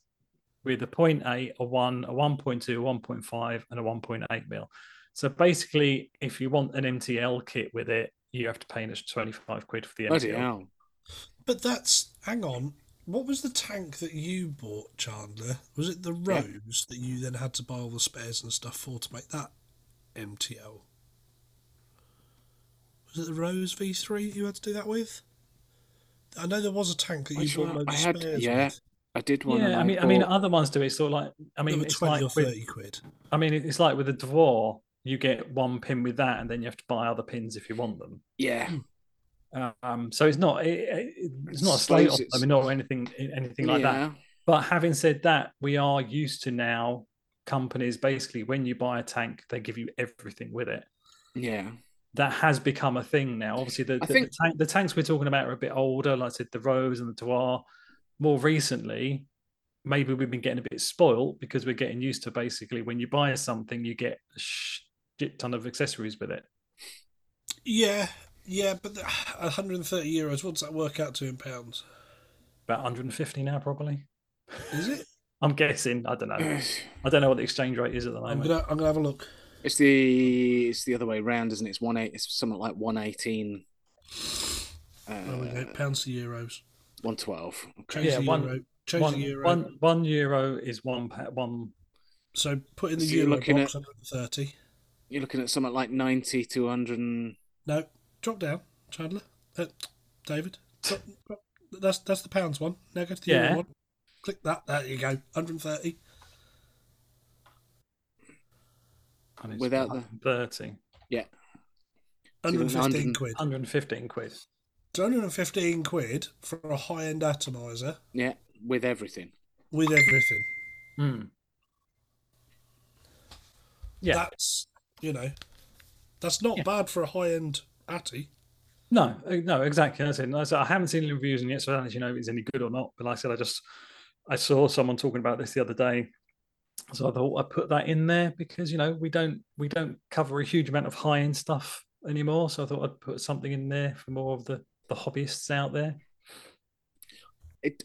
D: with a 0.8 a 1 a 1.2 a 1.5 and a 1.8 mil so basically if you want an mtl kit with it you have to pay an extra 25 quid for the
C: Bloody
D: mtl
C: hell.
B: But that's. Hang on. What was the tank that you bought, Chandler? Was it the
C: Yeah.
B: Rose that you then had to buy all the spares and stuff for to make that MTL? Was it the Rose V3 you had to do that with? I know there was a tank that you
C: Which
B: bought
C: one?
B: loads
C: I
B: of
C: had-
B: spares
C: yeah.
B: with.
C: I did one. and
D: yeah, I mean, I mean,
C: bought-
D: other ones do it. So, like, I
B: They
D: mean,
B: were
D: it's
B: 20
D: like,
B: or
D: with,
B: 30 quid.
D: I mean, it's like with a Dwarf, you get one pin with that, and then you have to buy other pins if you want them.
C: yeah.
D: Um, so it's not it, it- it's not a
C: Suppose
D: slate off. I
C: it's-
D: mean, not anything anything like that.
C: yeah.
D: But having said that, we are used to now companies basically when you buy a tank, they give you everything with it.
C: Yeah.
D: That has become a thing now. Obviously, the,
C: I
D: the, the
C: think-
D: tank, the tanks we're talking about are a bit older. Like I said, the Rose and the Dwar. More recently, maybe we've been getting a bit spoilt because we're getting used to basically when you buy something, you get a shit ton of accessories with it.
B: Yeah, yeah, but the, 130 euros, what's that work out to in pounds?
D: About 150 now, probably.
B: Is it?
D: I'm guessing. I don't know.
C: It's
D: I don't know what the exchange rate is at the
B: I'm
D: moment.
B: gonna I'm gonna have a look.
C: the it's the other way round, isn't it? It's one eight. It's something like one eighteen.
B: There we go,
C: Uh,
B: pounds to euros.
C: one twelve.
B: Change
D: Yeah,
B: the
D: one-
B: euro. Change
D: one,
B: the euro.
D: one- one euro is one pa- one.
B: so put in the
C: So you're
B: euro box
C: looking at-
B: 130.
C: You're looking at something like ninety to hundred. and-
B: No, drop down, Chandler. Uh, David. Drop, drop- that's that's the pounds one. Now go to the
D: Yeah.
B: euro one. Click that. There you go. 130.
D: and it's
C: Without the-
D: 130,
C: So you're looking
B: 115
C: at 100
B: quid.
D: 115 quid.
B: So 115 quid for a high end atomizer
C: Yeah, with everything.
B: with everything.
D: Hmm. Yeah,
B: That's you know, that's not bad for a high end Atty.
D: No, uh, no, exactly. That's it. And I said I haven't seen any reviews in yet, so I don't actually know if it's any good or not. But like I said, I just I saw someone talking about this the other day, so I thought I put that in there because you know we don't we don't cover a huge amount of high end stuff anymore. So I thought I'd put something in there for more of the the hobbyists out there.
C: It,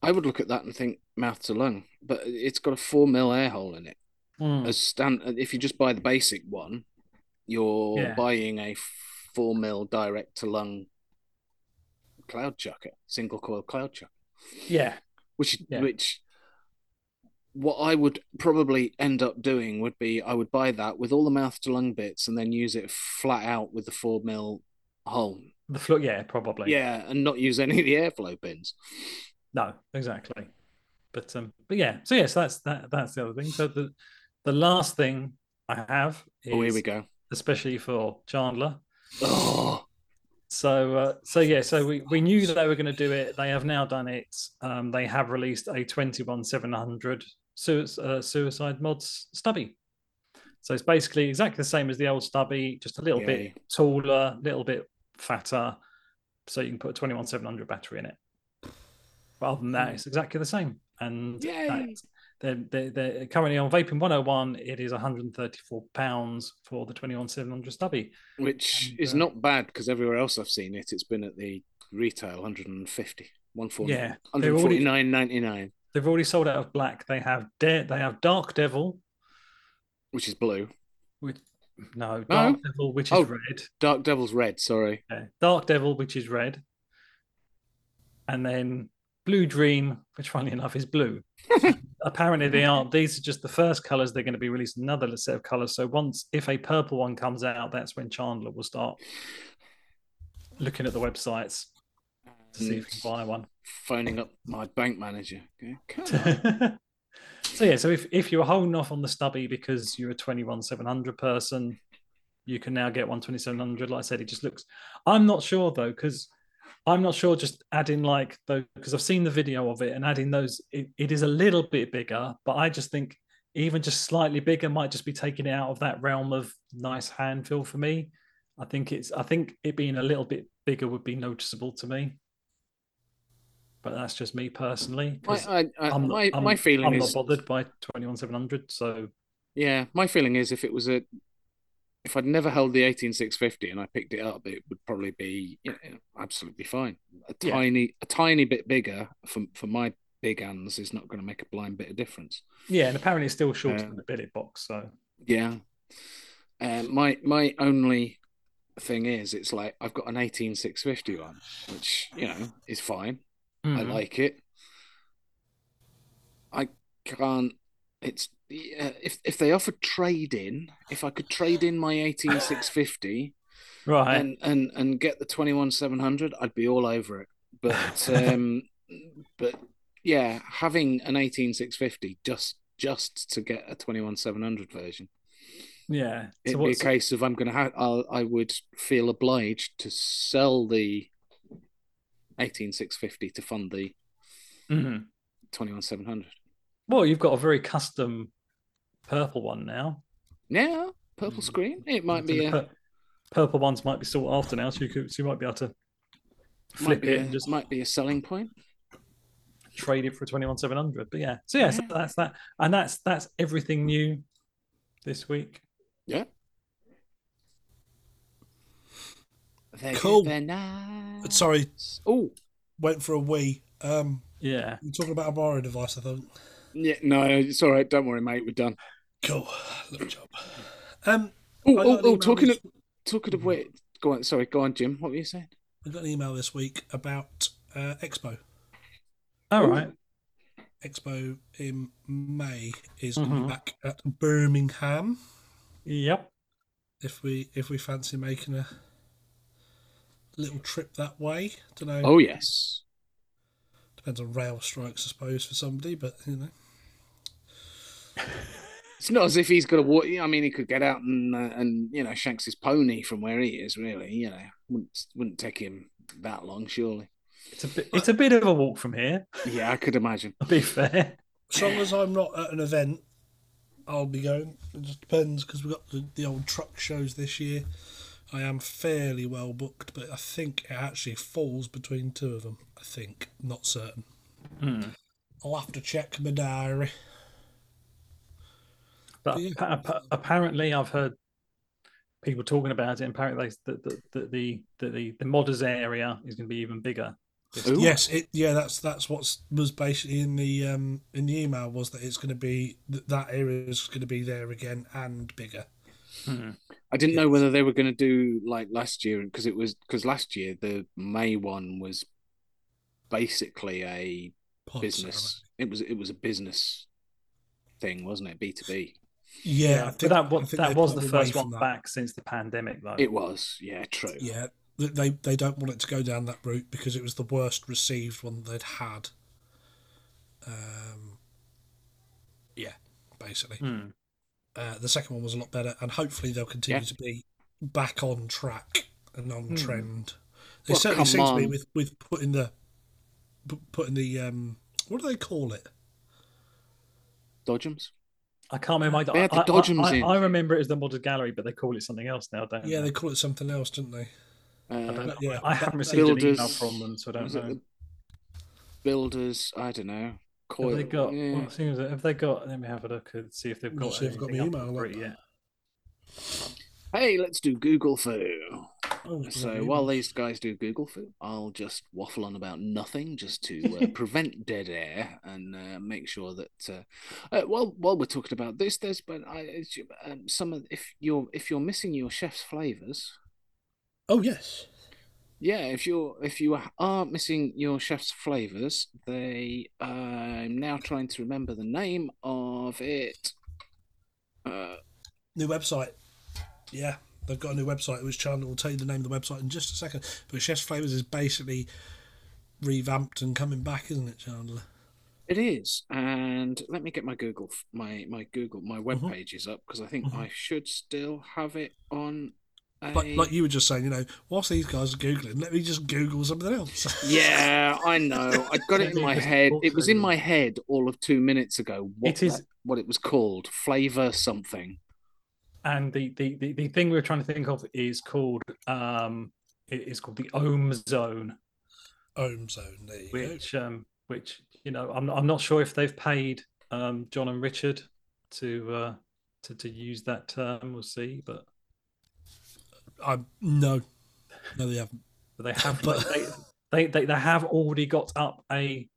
C: I would look at that and think mouth to lung, but it's got a four mil air hole in it.
D: Hmm.
C: As stand, if you just buy the basic one, you're
D: Yeah.
C: buying a four mil direct to lung cloud chucker, single coil cloud chucker.
D: Yeah,
C: which
D: Yeah.
C: which what I would probably end up doing would be I would buy that with all the mouth to lung bits and then use it flat out with the four mil hole.
D: the flu. Yeah, probably.
C: Yeah, and not use any of the airflow bins.
D: No, exactly. But um, but yeah. So yes, that's that. That's the other thing. So the the last thing I have is
C: Oh, here we go.
D: especially for Chandler.
C: Oh,
D: So uh, so yeah. So we we knew that they were going to do it. They have now done it. Um, they have released a twenty one seven hundred suicide, uh, suicide mods stubby. So it's basically exactly the same as the old stubby, just a little
C: Yay.
D: bit taller, little bit fatter. So you can put a twenty one seven hundred battery in it. But other than that, it's exactly the same. And
C: Yay.
D: that's- they're, they're, they're currently on Vaping 101, it is £134 for the 21700 stubby.
C: which
D: And,
C: is
D: uh,
C: not bad because everywhere else I've seen it, it's been at the retail 150, 149,
D: Yeah, they're already-
C: 149.99,
D: They've already sold out of black. They have De- they have Dark Devil,
C: which is blue.
D: which no,
C: No?
D: Dark Devil, which is
C: Oh.
D: red.
C: Dark Devil's red, sorry.
D: Yeah, Dark Devil, which is red, and then Blue Dream, which funnily enough is blue. Apparently, they aren't. These are just the first colors. They're going to be releasing another set of colors. So once, if a purple one comes out, that's when Chandler will start looking at the websites to see if he can buy one.
C: Phoning up my bank manager. Okay, come on.
D: so yeah, so if, if you're holding off on the stubby because you're a 21 700 person, you can now get one 2700. Like I said, it just looks. I'm not sure though because I'm not sure. Just adding like though because I've seen the video of it and adding those, it, it is a little bit bigger, but I just think even just slightly bigger might just be taking it out of that realm of nice hand feel for me. I think it's. I think it being a little bit bigger would be noticeable to me. But that's just me personally. 'cause-
C: I, I, I,
D: I'm not-
C: my,
D: I'm-
C: my feeling
D: I'm
C: is
D: not bothered by 21700. So
C: yeah my feeling is if it was a if I'd never held the 18650 and I picked it up it would probably be you know, absolutely fine a
D: Yeah.
C: tiny a tiny bit bigger for for my big hands is not going to make a blind bit of difference
D: yeah, and apparently it's still shorter
C: Um,
D: than the billet box. So
C: yeah um, my my only thing is it's like I've got an 18650 on which you know is fine
D: Mm-hmm.
C: I like it. I can't. It's yeah, if if they offer trade in, if I could trade in my eighteen six fifty
D: right.
C: and and and get the twenty one seven hundred, I'd be all over it. But um, but yeah, having an eighteen six fifty just just to get a twenty one seven hundred version,
D: yeah.
C: it'd
D: So
C: be a
D: what's
C: case of I'm gonna have I'll, I would feel obliged to sell the eighteen six fifty to fund the
D: Mhm.
C: twenty one seven hundred.
D: well, you've got a very custom purple one now.
C: Yeah, purple
D: Mm.
C: screen. It might
D: So
C: be
D: the
C: a
D: pur- purple ones might be sought after now, so you could so you might be able to
C: might
D: flip
C: be
D: it
C: a,
D: and just
C: might be a selling point.
D: trade it for 21700. But yeah. So yeah, so
C: Yeah.
D: that's that. And that's that's everything new this week.
C: Yeah. They're,
B: Cool.
C: They're nice.
B: Uh, Sorry,
C: Oh
B: went for a wee. Um,
D: Yeah.
B: you're talking about a Mario device, I thought.
C: yeah, no, it's all right. Don't worry, mate. We're done.
B: Cool, lovely job. Um,
C: Oh,
B: I got
C: oh,
B: an
C: oh
B: email
C: talking
B: this-
C: of talking
D: Mm-hmm.
C: of wait. Go on. Sorry, go on, Jim. What were you saying?
B: I got an email this week about uh, Expo.
D: All
C: Ooh.
D: right.
B: Expo in May is gonna
D: Mhm.
B: be back at Birmingham.
D: Yep.
B: If we if we fancy making a little trip that way, don't know.
C: Oh yes.
B: Depends on rail strikes, I suppose, for somebody. But you know,
C: It's not as if he's got to walk. I mean, he could get out and uh, and you know shanks his pony from where he is. Really, you know, wouldn't wouldn't take him that long, surely.
D: It's a bit it's a bit of a walk from here,
C: Yeah, I could imagine.
D: to be fair.
B: as long as I'm not at an event, I'll be going. It just depends because we've got the, the old truck shows this year. I am fairly well booked, but I think it actually falls between two of them. I think, not certain.
D: Hmm.
B: I'll have to check my diary.
D: But
B: Yeah.
D: appa- appa- apparently, I've heard people talking about it. And apparently, they- that the the the, the, the, the modders area is going to be even bigger.
C: Ooh.
B: Yes, it yeah, that's that's what was basically in the um in the email was that it's going to be that that area is going to be there again and bigger.
C: Hmm. I didn't know whether they were going to do like last year because it was because last year the May one was basically a
B: Pod ceremony.
C: business. It was it was a business thing, wasn't it? B two B.
B: Yeah, I
D: but
B: think,
D: that
B: I
D: was
B: think
D: that
B: they've
D: was the
B: gone away
D: first
B: from
D: one
B: that.
D: back since the pandemic, though.
C: It was, yeah, true.
B: Yeah, th- they they don't want it to go down that route because it was the worst received one they'd had. Um, yeah, basically,
D: Hmm.
B: uh, the second one was a lot better, and hopefully they'll continue
C: Yeah.
B: to be back on track and on
D: Hmm.
B: trend. They
C: Well,
B: certainly
C: come
B: seem to be
C: on.
B: with with putting the pu- putting the um what do they call it?
C: Dodgems.
D: I can't remember.
C: They had the
D: I, I-
C: Dodgems
D: I,
C: in.
D: I remember it as the modders gallery, but they call it something else now, don't
B: Yeah,
D: they?
B: they call it something else, didn't they?
C: Uh,
D: But
B: yeah,
D: I
B: that-
D: haven't received an email
C: Builders-
D: from them, so I don't
C: was it
D: know.
C: the builders. I don't know. Coil.
D: Have they got?
C: yeah.
D: What seems? Have they got? Let me have a look and see if they've
B: Not
D: got.
B: sure if I've got my
D: anything up
B: email
D: for
B: up.
D: it yet.
C: Hey, let's do Google Foo.
B: Oh,
C: So while these guys do Google Foo, I'll just waffle on about nothing just to uh, prevent dead air and uh, make sure that uh, uh, while while we're talking about this, there's but I it's, um, some of if you're if you're missing your chef's flavors,
B: oh yes,
C: yeah, if you're if you are missing your chef's flavors, they uh, I'm now trying to remember the name of it. Uh,
B: new website. Yeah, they've got a new website, which Chandler will tell you the name of the website in just a second. But Chef's Flavors is basically revamped and coming back, isn't it, Chandler?
C: It is, and let me get my Google, f- my my Google, my web
B: Mhm.
C: pages up because I think
B: Mhm.
C: I should still have it on. A...
B: Like, like you were just saying, you know, whilst these guys are Googling, let me just Google something else.
C: Yeah, I know. I got it in my
D: Because
C: head. It was in
D: also-
C: my head all of two minutes ago. What
D: It is-
C: that- what it was called, flavor something.
D: And the, the the the thing we were trying to think of is called um it is called the Ohm Zone,
B: Home Zone, there you go.
D: which um which you know I'm I'm not sure if they've paid um John and Richard to uh to to use that term. We'll see, but.
B: I no, no, they haven't.
D: but they have
B: But-
D: they, they, they they have already got up a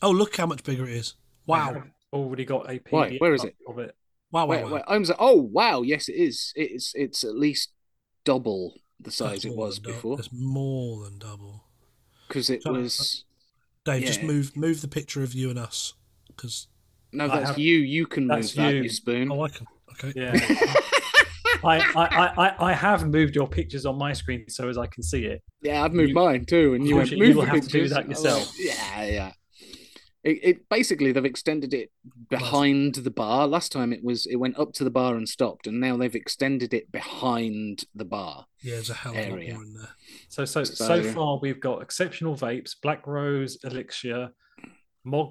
B: Oh, look how much bigger it is!
D: they
B: Wow,
D: have already got a PDF
C: Why? Where is
D: up
C: it?
D: of it
B: wow, wow,
C: Wait,
B: wow.
C: wait, I'm so- oh wow, yes, it is. It's it's at least double the
B: That's
C: size it
B: more
C: was
B: than dou-
C: before
B: That's more than double.
C: because it
B: Shall I-
C: was.
B: Dave, just
C: Yeah.
B: move move the picture of you and us, because
C: No,
D: I
C: that's
D: have-
C: you. You can move
D: that's
C: that,
D: you.
C: you spoon.
B: oh, I can. Okay,
D: yeah I, I, I- I i have moved your pictures on my screen so as i can see it
C: Yeah, I've moved
D: You-
C: mine too, and you went
D: Unfortunately,
C: move
D: you will
C: the
D: have to do
C: pictures."
D: that
C: I was
D: yourself.
C: like, yeah, yeah. It, it basically they've extended it behind the bar. Last time it was it went up to the bar and stopped, and now they've extended it behind the bar.
B: yeah, there's a hell of a lot
C: Area.
B: more in there.
D: so so so,
C: So-
D: far we've got exceptional vapes black rose elixir mod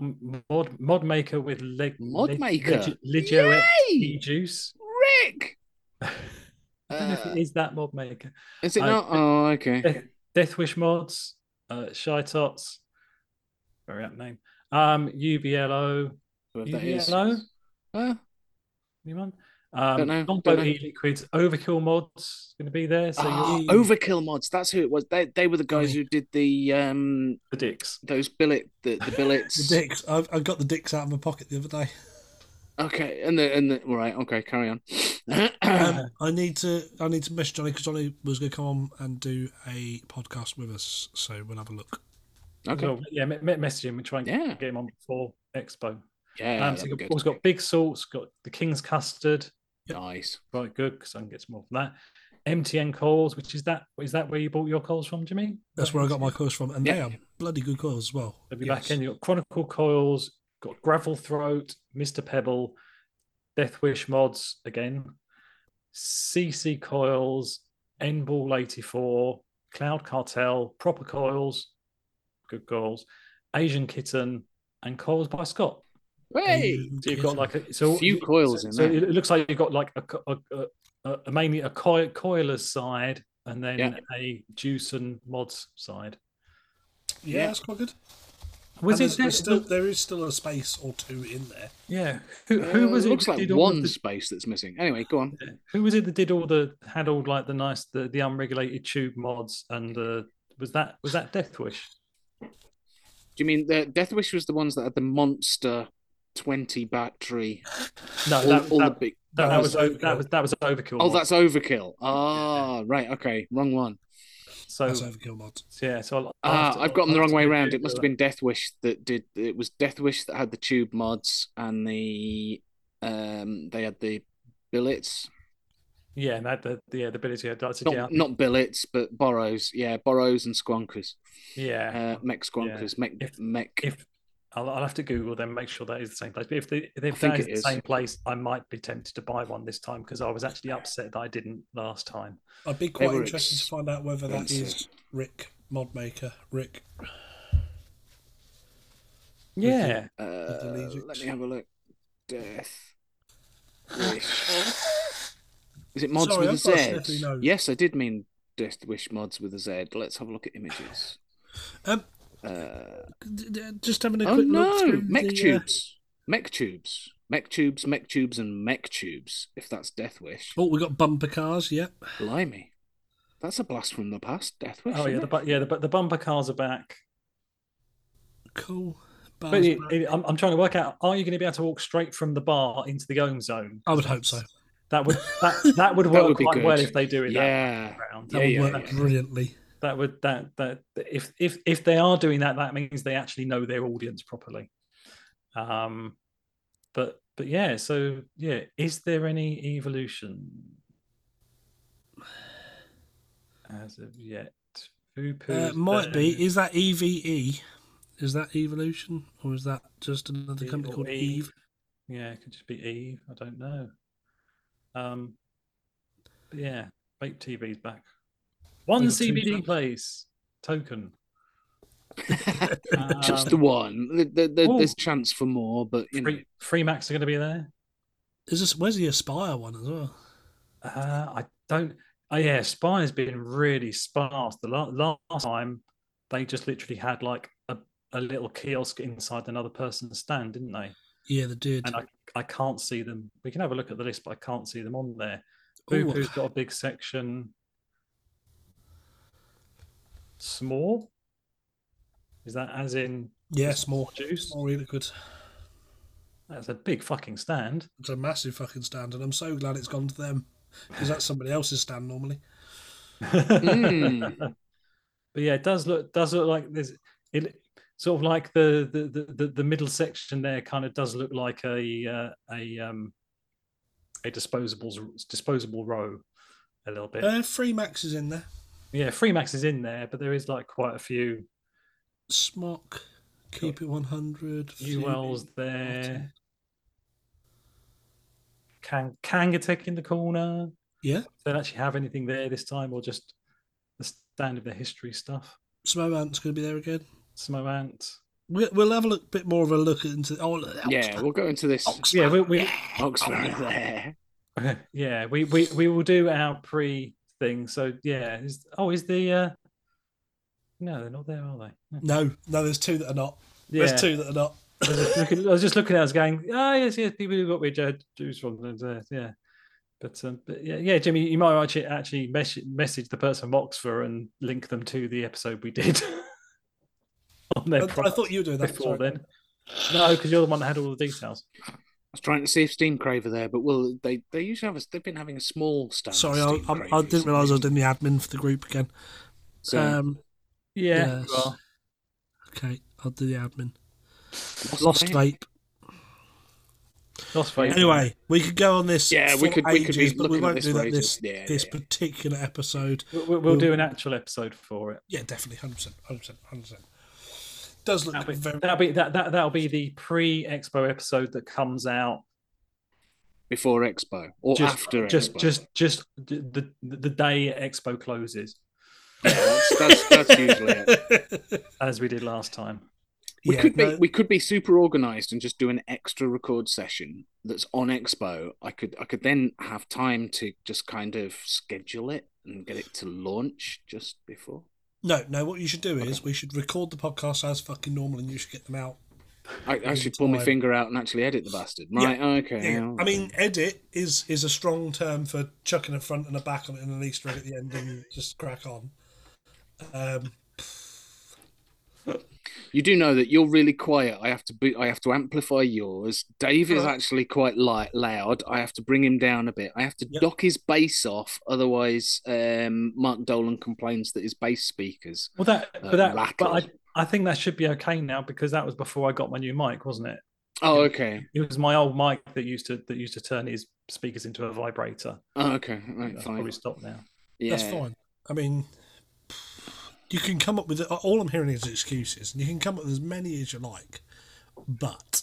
D: mod, mod maker with leg
C: Mod
D: leg-
C: Maker.
D: legi- legio
C: Yay!
D: XP juice
C: Rick,
D: i don't know if
C: Uh,
D: it is that mod maker
C: is it
D: I-
C: not? Oh, okay.
D: Death, Death Wish mods, uh, Shy Tots, very apt name. Um, UBLO,
C: Whoever that is.
D: UBLO?
C: Huh?
D: anyone?
C: Don't
D: Um,
C: know,
D: Combo
C: don't know.
D: E liquids, Overkill mods going to be there. So
C: Ah,
D: you're
C: Overkill mods. That's who it was. They they were the guys who did the um
D: the dicks.
C: those billet the, the
B: The
C: billets.
B: dicks. I've, I got the dicks out of my pocket the other day.
C: okay, and the and the right. Okay, carry on.
B: Um, I need to. I need to message Johnny because Johnny was going to come on and do a podcast with us. So we'll have a look.
C: okay.
D: So, yeah, me- me- message him and try and
C: Yeah.
D: get him on before Expo.
C: Yeah.
D: um,
C: that'd
D: so
C: be
D: you've
C: good.
D: also got Big Salts, got the King's Custard,
C: Nice.
D: right? Good, because I can get some more from that. MTN calls, which is that is that where you bought your calls from, Jimmy?
B: That's where I got my coils from, and they
C: Yeah.
B: are bloody good coils as well.
D: They'll be
B: Yes.
D: back in. You've got Chronicle Coils, got Gravel Throat, Mr. Pebble, Death Wish mods again, CC Coils, N Ball 84, Cloud Cartel, Proper Coils, good coils, Asian Kitten, and Coils by Scott.
C: Hey,
D: So you've got like a so
C: few
D: you-
C: coils
D: so,
C: in
D: so
C: there.
D: it it looks like you've got like a, co- a, a, a- a mainly a coil, coiler's side and then
C: Yeah.
D: a juice and mods side.
B: yeah, that's quite good.
D: Was
B: And there's-
D: it
B: there's still,
D: still,
B: there is still a space or two in there.
D: yeah? Who, who
C: Uh,
D: was it?
C: Looks
D: that
C: like
D: did all of
C: one
D: the-
C: space that's missing. Anyway, go on.
D: who was it that did all the had all like the nice the, the unregulated tube mods and the was that was that Death Wish?
C: Do you mean the Death Wish was the ones that had the monster twenty battery?
D: No,
C: All,
D: Uh, that,
C: all
D: that,
C: the big.
D: that,
B: that
D: was
B: was
D: o- that
B: Overkill.
D: was that was overkill.
C: Oh,
D: mod.
C: that's overkill. Ah, right. Okay, wrong one.
D: so
B: That's overkill mods.
D: yeah. So I'll- I'll have
C: Ah,
D: to-
C: I've gotten the
D: I'll
C: wrong way
D: to
C: around. It
D: Google
C: must have
D: that.
C: been Death Wish that did. It was Death Wish that had the tube mods and the um they had the billets.
D: Yeah, and that the the, yeah, the ability had darted
C: Not
D: down.
C: not billets, but borrows. Yeah, borrows and squonkers.
D: Yeah,
C: Uh, mech squonkers. Mech
D: If-
C: mech.
D: if I'll, I'll have to Google them, make sure that is the same place. But if, they, if
C: think
D: that
C: it
D: is the
C: is.
D: same place, I might be tempted to buy one this time because I was actually upset that I didn't last time.
B: I'd be quite
C: were
B: interested to find out whether that
C: expensive.
B: is Rick Modmaker. Rick.
D: Yeah,
C: Uh,
B: leaves it.
C: let me have a look. Death. Wish. Is it mods
B: Sorry,
C: with a
B: I've got a sniffly
C: Z?
B: nose.
C: Yes, I did mean Death Wish mods with a Z. Let's have a look at images.
B: Um,
C: Uh,
B: d- d- just having a
C: oh
B: quick look
C: no,
B: through
C: mech
B: the, uh,
C: tubes, mech tubes, mech tubes, mech tubes, and mech tubes. If that's Death Wish,
B: Oh, we got bumper cars. Yep.
C: blimey, that's a blast from the past. Death Wish.
D: oh yeah,
C: isn't
D: the
C: it?
D: bu- yeah, the, bu- the bumper cars are back.
B: Cool. Bars
D: But it-
B: back.
D: it- I'm, I'm trying to work out: are you going to be able to walk straight from the bar into the own zone?
B: I would hope so.
D: That would that, that would work
C: would be
D: quite well
C: good.
D: if they do it
C: yeah.
D: that round.
B: That
C: Yeah,
B: would
C: yeah,
B: work
C: yeah.
B: brilliantly.
D: That would that that if if if they are doing that, that means they actually know their audience properly. Um, but but yeah, so yeah, is there any evolution as of yet? Who
B: Uh,
D: poos
B: might be.
D: there?
B: Is that EVE? Is that Evolution, or is that just another
D: Eve
B: company
D: or
B: called
D: Eve.
B: Eve?
D: Yeah, it could just be Eve. I don't know. Um, but yeah, Vape TV's back. One
B: got two
D: CBD
B: back.
D: place token.
C: Just
D: Um,
C: the one. There- there- there-
D: ooh.
C: there's chance for more, but you know.
D: Free, free Max are going to be there.
B: Is this where's the Aspire one as well?
D: Uh, I don't. Oh yeah, Spire's been really sparse. The la- last time they just literally had like a, a little kiosk inside another person's stand, didn't they?
B: Yeah, the dude.
D: And I, I can't see them. We can have a look at the list, but I can't see them on there.
B: Ooh.
D: Bupu's got a big section. Small. Is that as in
B: Yes, more
D: juice?
B: more e-liquid.
D: That's a big fucking stand.
B: It's a massive fucking stand, and I'm so glad it's gone to them because that's somebody else's stand normally.
C: Mm.
D: But yeah, it does look does look like there's it sort of like the the the, the, the middle section there kind of does look like a uh, a um a disposables disposable row a little bit.
B: Uh, Free Max is in there.
D: yeah, Freemax is in there, but there is like quite a few
B: Smock, Keep It One Hundred.
D: ULs there. Kang Kangatek in the corner.
B: Yeah,
D: They don't actually have anything there this time, or just the stand of the history stuff.
B: Smomant's going to be there again.
D: Smoant.
B: We'll, we'll have a look, bit more of a look into. Oh,
C: Yeah, we'll go into this.
D: Yeah, we, we
C: Oxford there.
D: yeah we, we we will do our pre thing. So yeah, is, oh is the uh no they're not there are they?
B: No, no, there's two that are not.
D: Yeah,
B: There's two that are not.
D: I, was just looking, I was just looking at us going ah yes yes people who got me ju- juice from them there yeah. But, um, but yeah, yeah, Jimmy, you might actually actually mes- message the person from Oxford and link them to the episode we did on
B: I,
D: their
B: I thought you were doing that
D: before
B: sorry.
D: then. No, because you're the one that had all the details.
C: I was trying to see if Steam Craver there, but well, they they usually have a, they've been having a small stand.
B: Sorry, I,
C: for Steam
B: I, I
C: Cravers.
B: didn't realise I was in the admin for the group again.
C: So,
B: Um,
D: Yeah,
B: Yes.
D: you are.
B: okay, I'll do the admin.
C: lost
B: Lost
C: vape.
B: vape.
D: Lost weight.
B: Anyway, we could go on this.
C: Yeah, we
B: for
C: could- we could be
B: ages, but we
C: looking at
B: won't
C: this
B: do
C: for
B: that
C: ages.
B: this
C: Yeah, yeah,
B: this
C: yeah.
B: particular episode.
D: We'll, we'll,
B: We'll-
D: do an actual episode for it.
B: Yeah, definitely, hundred percent, hundred percent, hundred percent. Does look
D: That'll be,
B: very
D: that'll be that, that that'll be the pre-expo episode that comes out
C: before Expo or
D: just
C: after
D: just
C: Expo.
D: just just the, the the day Expo closes,
C: yeah, that's, that's that's usually it.
D: as we did last time.
C: We
B: Yeah,
C: could be
B: no-
C: we could be super organized and just do an extra record session that's on Expo. I could I could then have time to just kind of schedule it and get it to launch just before.
B: No, no. What you should do is we should record the podcast as fucking normal, and you should get them out.
C: I, I should pull my
B: Time.
C: finger out and actually edit the bastard.
B: Yeah.
C: Right, okay.
B: Yeah, yeah. I
C: okay.
B: mean, edit is is a strong term for chucking a front and a back on it and an Easter egg at the end and just crack on. Um,
C: you do know that you're really quiet. I have to be, I have to amplify yours. Dave is
B: Right.
C: actually quite light, loud. I have to bring him down a bit. I have to
B: Yep.
C: dock his bass off, otherwise, um, Mark Dolan complains that his bass speakers.
D: Well, that,
C: Uh,
D: but that, but
C: rattled.
D: I, I think that should be okay now because that was before I got my new mic, wasn't it?
C: Oh, okay.
D: It was my old mic that used to that used to turn his speakers into a vibrator.
C: Oh, okay. Right,
D: That's
C: fine.
D: probably stopped now.
C: Yeah.
B: That's fine. I mean, you can come up with all I'm hearing is excuses, and you can come up with as many as you like, but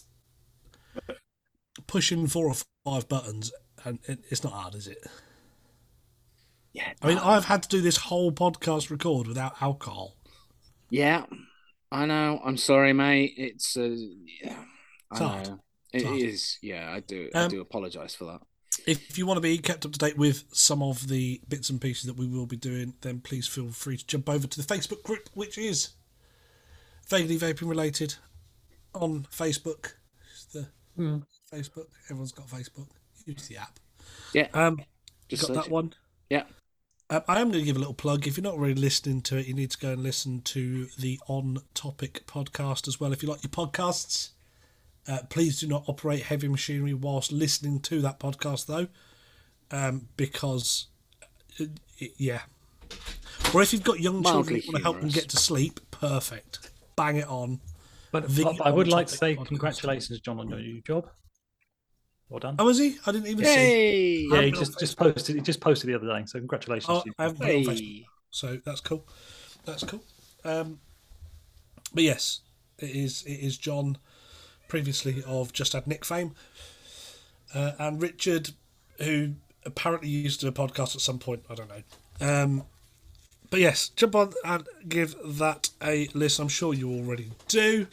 B: pushing four or five buttons and it, it's not hard, is it?
C: Yeah.
B: I mean, I've had to do this whole podcast record without alcohol.
C: Yeah. I know. I'm sorry, mate. It's uh, yeah. I
B: It's hard.
C: know. It
B: hard.
C: is. Yeah, I do. I
B: Um,
C: do apologize for that.
B: If you want to be kept up to date with some of the bits and pieces that we will be doing, then please feel free to jump over to the Facebook group, which is vaguely vaping related on Facebook. It's the Facebook. Everyone's got Facebook. Use the app.
C: Yeah.
B: Um,
C: Just
B: got
C: search
B: that
C: it.
B: one.
C: Yeah.
B: Um, I am going to give a little plug. If you're not really listening to it, you need to go and listen to the On Topic podcast as well. If you like your podcasts, uh, please do not operate heavy machinery whilst listening to that podcast, though, um, because, uh, it- yeah. Or if you've got young children
C: Mildly
B: you want to help them
C: humorous.
B: get to sleep, perfect. Bang it on.
D: But
B: The
D: but I would like to
B: on-topic
D: say
B: podcast.
D: congratulations, John, on your new job. Well done.
B: Oh, is he? I didn't even see.
C: Yay!
D: yeah,
B: I'm
D: he
B: on
D: just, just posted. He just posted the other day. So congratulations.
B: Oh,
D: to you.
B: I haven't got it on Facebook.
C: Hey.
B: So that's cool. That's cool. Um, but yes, it is. It is John, previously of Just Had Nick fame, uh, and Richard, who apparently used to do a podcast at some point. I don't know. Um, but yes, jump on and give that a listen. I'm sure you already do.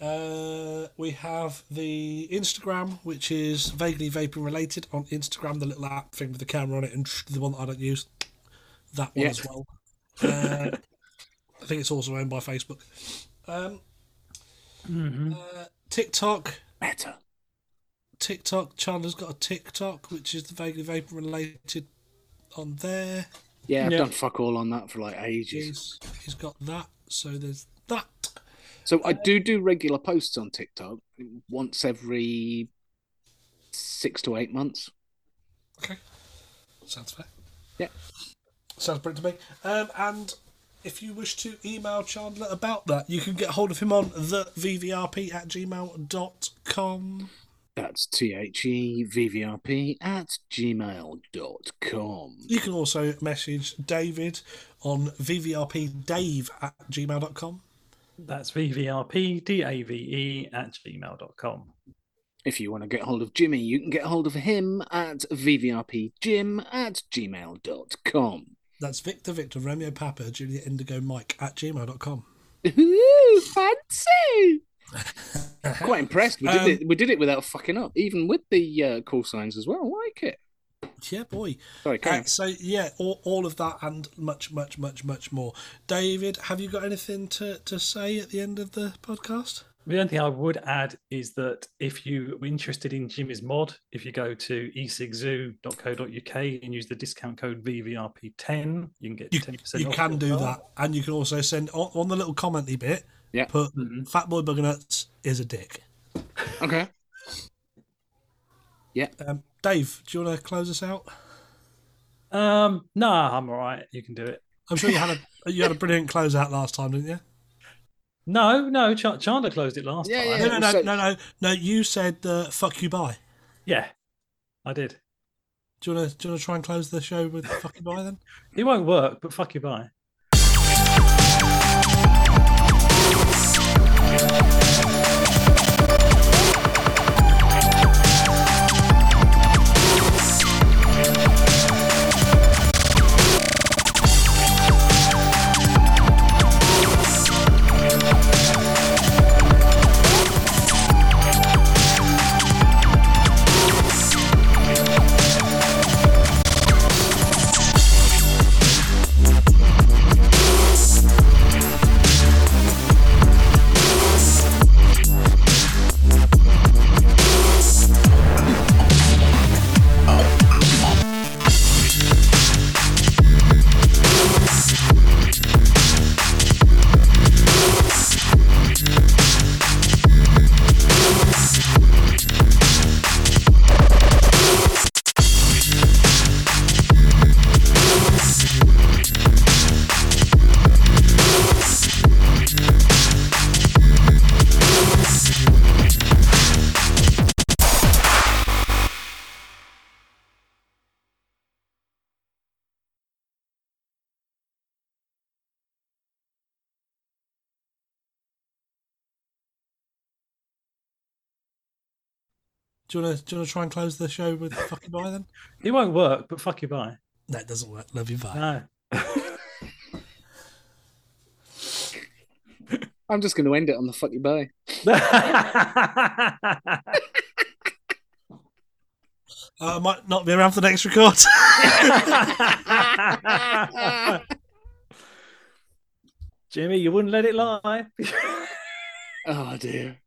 B: Uh, we have the Instagram, which is vaguely vaping related on Instagram. The little app thing with the camera on it, and the one that I don't use, that one
C: Yeah.
B: as well. Uh, I think it's also owned by Facebook. Um, uh, TikTok,
C: Better.
B: TikTok. Chandler's got a TikTok, which is the vaguely vapor related on there.
C: Yeah, I've
D: Yeah.
C: done fuck all on that for like ages.
B: He's, he's got that. So there's that.
C: So I do do regular posts on TikTok once every six to eight months.
B: Okay. Sounds fair.
C: Yeah.
B: Sounds brilliant to me. Um, and if you wish to email Chandler about that, you can get hold of him on thevvrp at gmail.com.
C: That's T H E V V R P at gmail.com.
B: You can also message David on vvrpdave at gmail.com.
D: That's vvrpdave E at gmail.com.
C: If you want to get hold of Jimmy, you can get hold of him at VVRPjim at gmail.com.
B: That's Victor Victor Romeo Papa Juliet Indigo Mike at gmail.com.
C: Ooh, fancy! Quite impressed. We did,
B: Um,
C: it, we did it without fucking up, even with the uh, call signs as well. I like it.
B: Yeah, boy.
C: Sorry,
B: Uh,
C: carry on.
B: so yeah, all, all of that and much, much, much, much more. David, have you got anything to, to say at the end of the podcast?
D: The only thing I would add is that if you are interested in Jimmy's mod, if you go to e esigzoo.co.uk and use the discount code VVRP10, you can get
B: You,
D: 10%
B: you
D: off
B: can
D: your
B: do
D: bar.
B: that, and you can also send on, on the little commenty bit.
C: Yeah.
B: Put
D: Mhm.
B: Fat Boy Buggernuts is a dick.
C: Okay.
B: Um, Dave, do you want to close us out?
D: Um, nah, I'm all right. You can do it.
B: I'm sure you had a you had a brilliant close out last time, didn't you?
D: No, no, Ch- Chandler closed it last
C: Yeah,
D: time.
B: No,
D: Yeah.
B: no,
C: it
B: no,
C: was so-
B: no, no, no. You said uh, "fuck you, bye."
D: I did.
B: Do you want to do you want to try and close the show with "fuck you, bye" then?
D: It won't work, but fuck you, bye.
B: Do you want to do you want to try and close the show with fuck you bye then?
D: It won't work, but fuck you, bye.
B: That doesn't work. Love you bye.
D: No.
C: I'm just going to end it on the fuck you bye.
B: Uh, I might not be around for the next record.
D: Jimmy, you wouldn't let it lie.
C: Oh dear.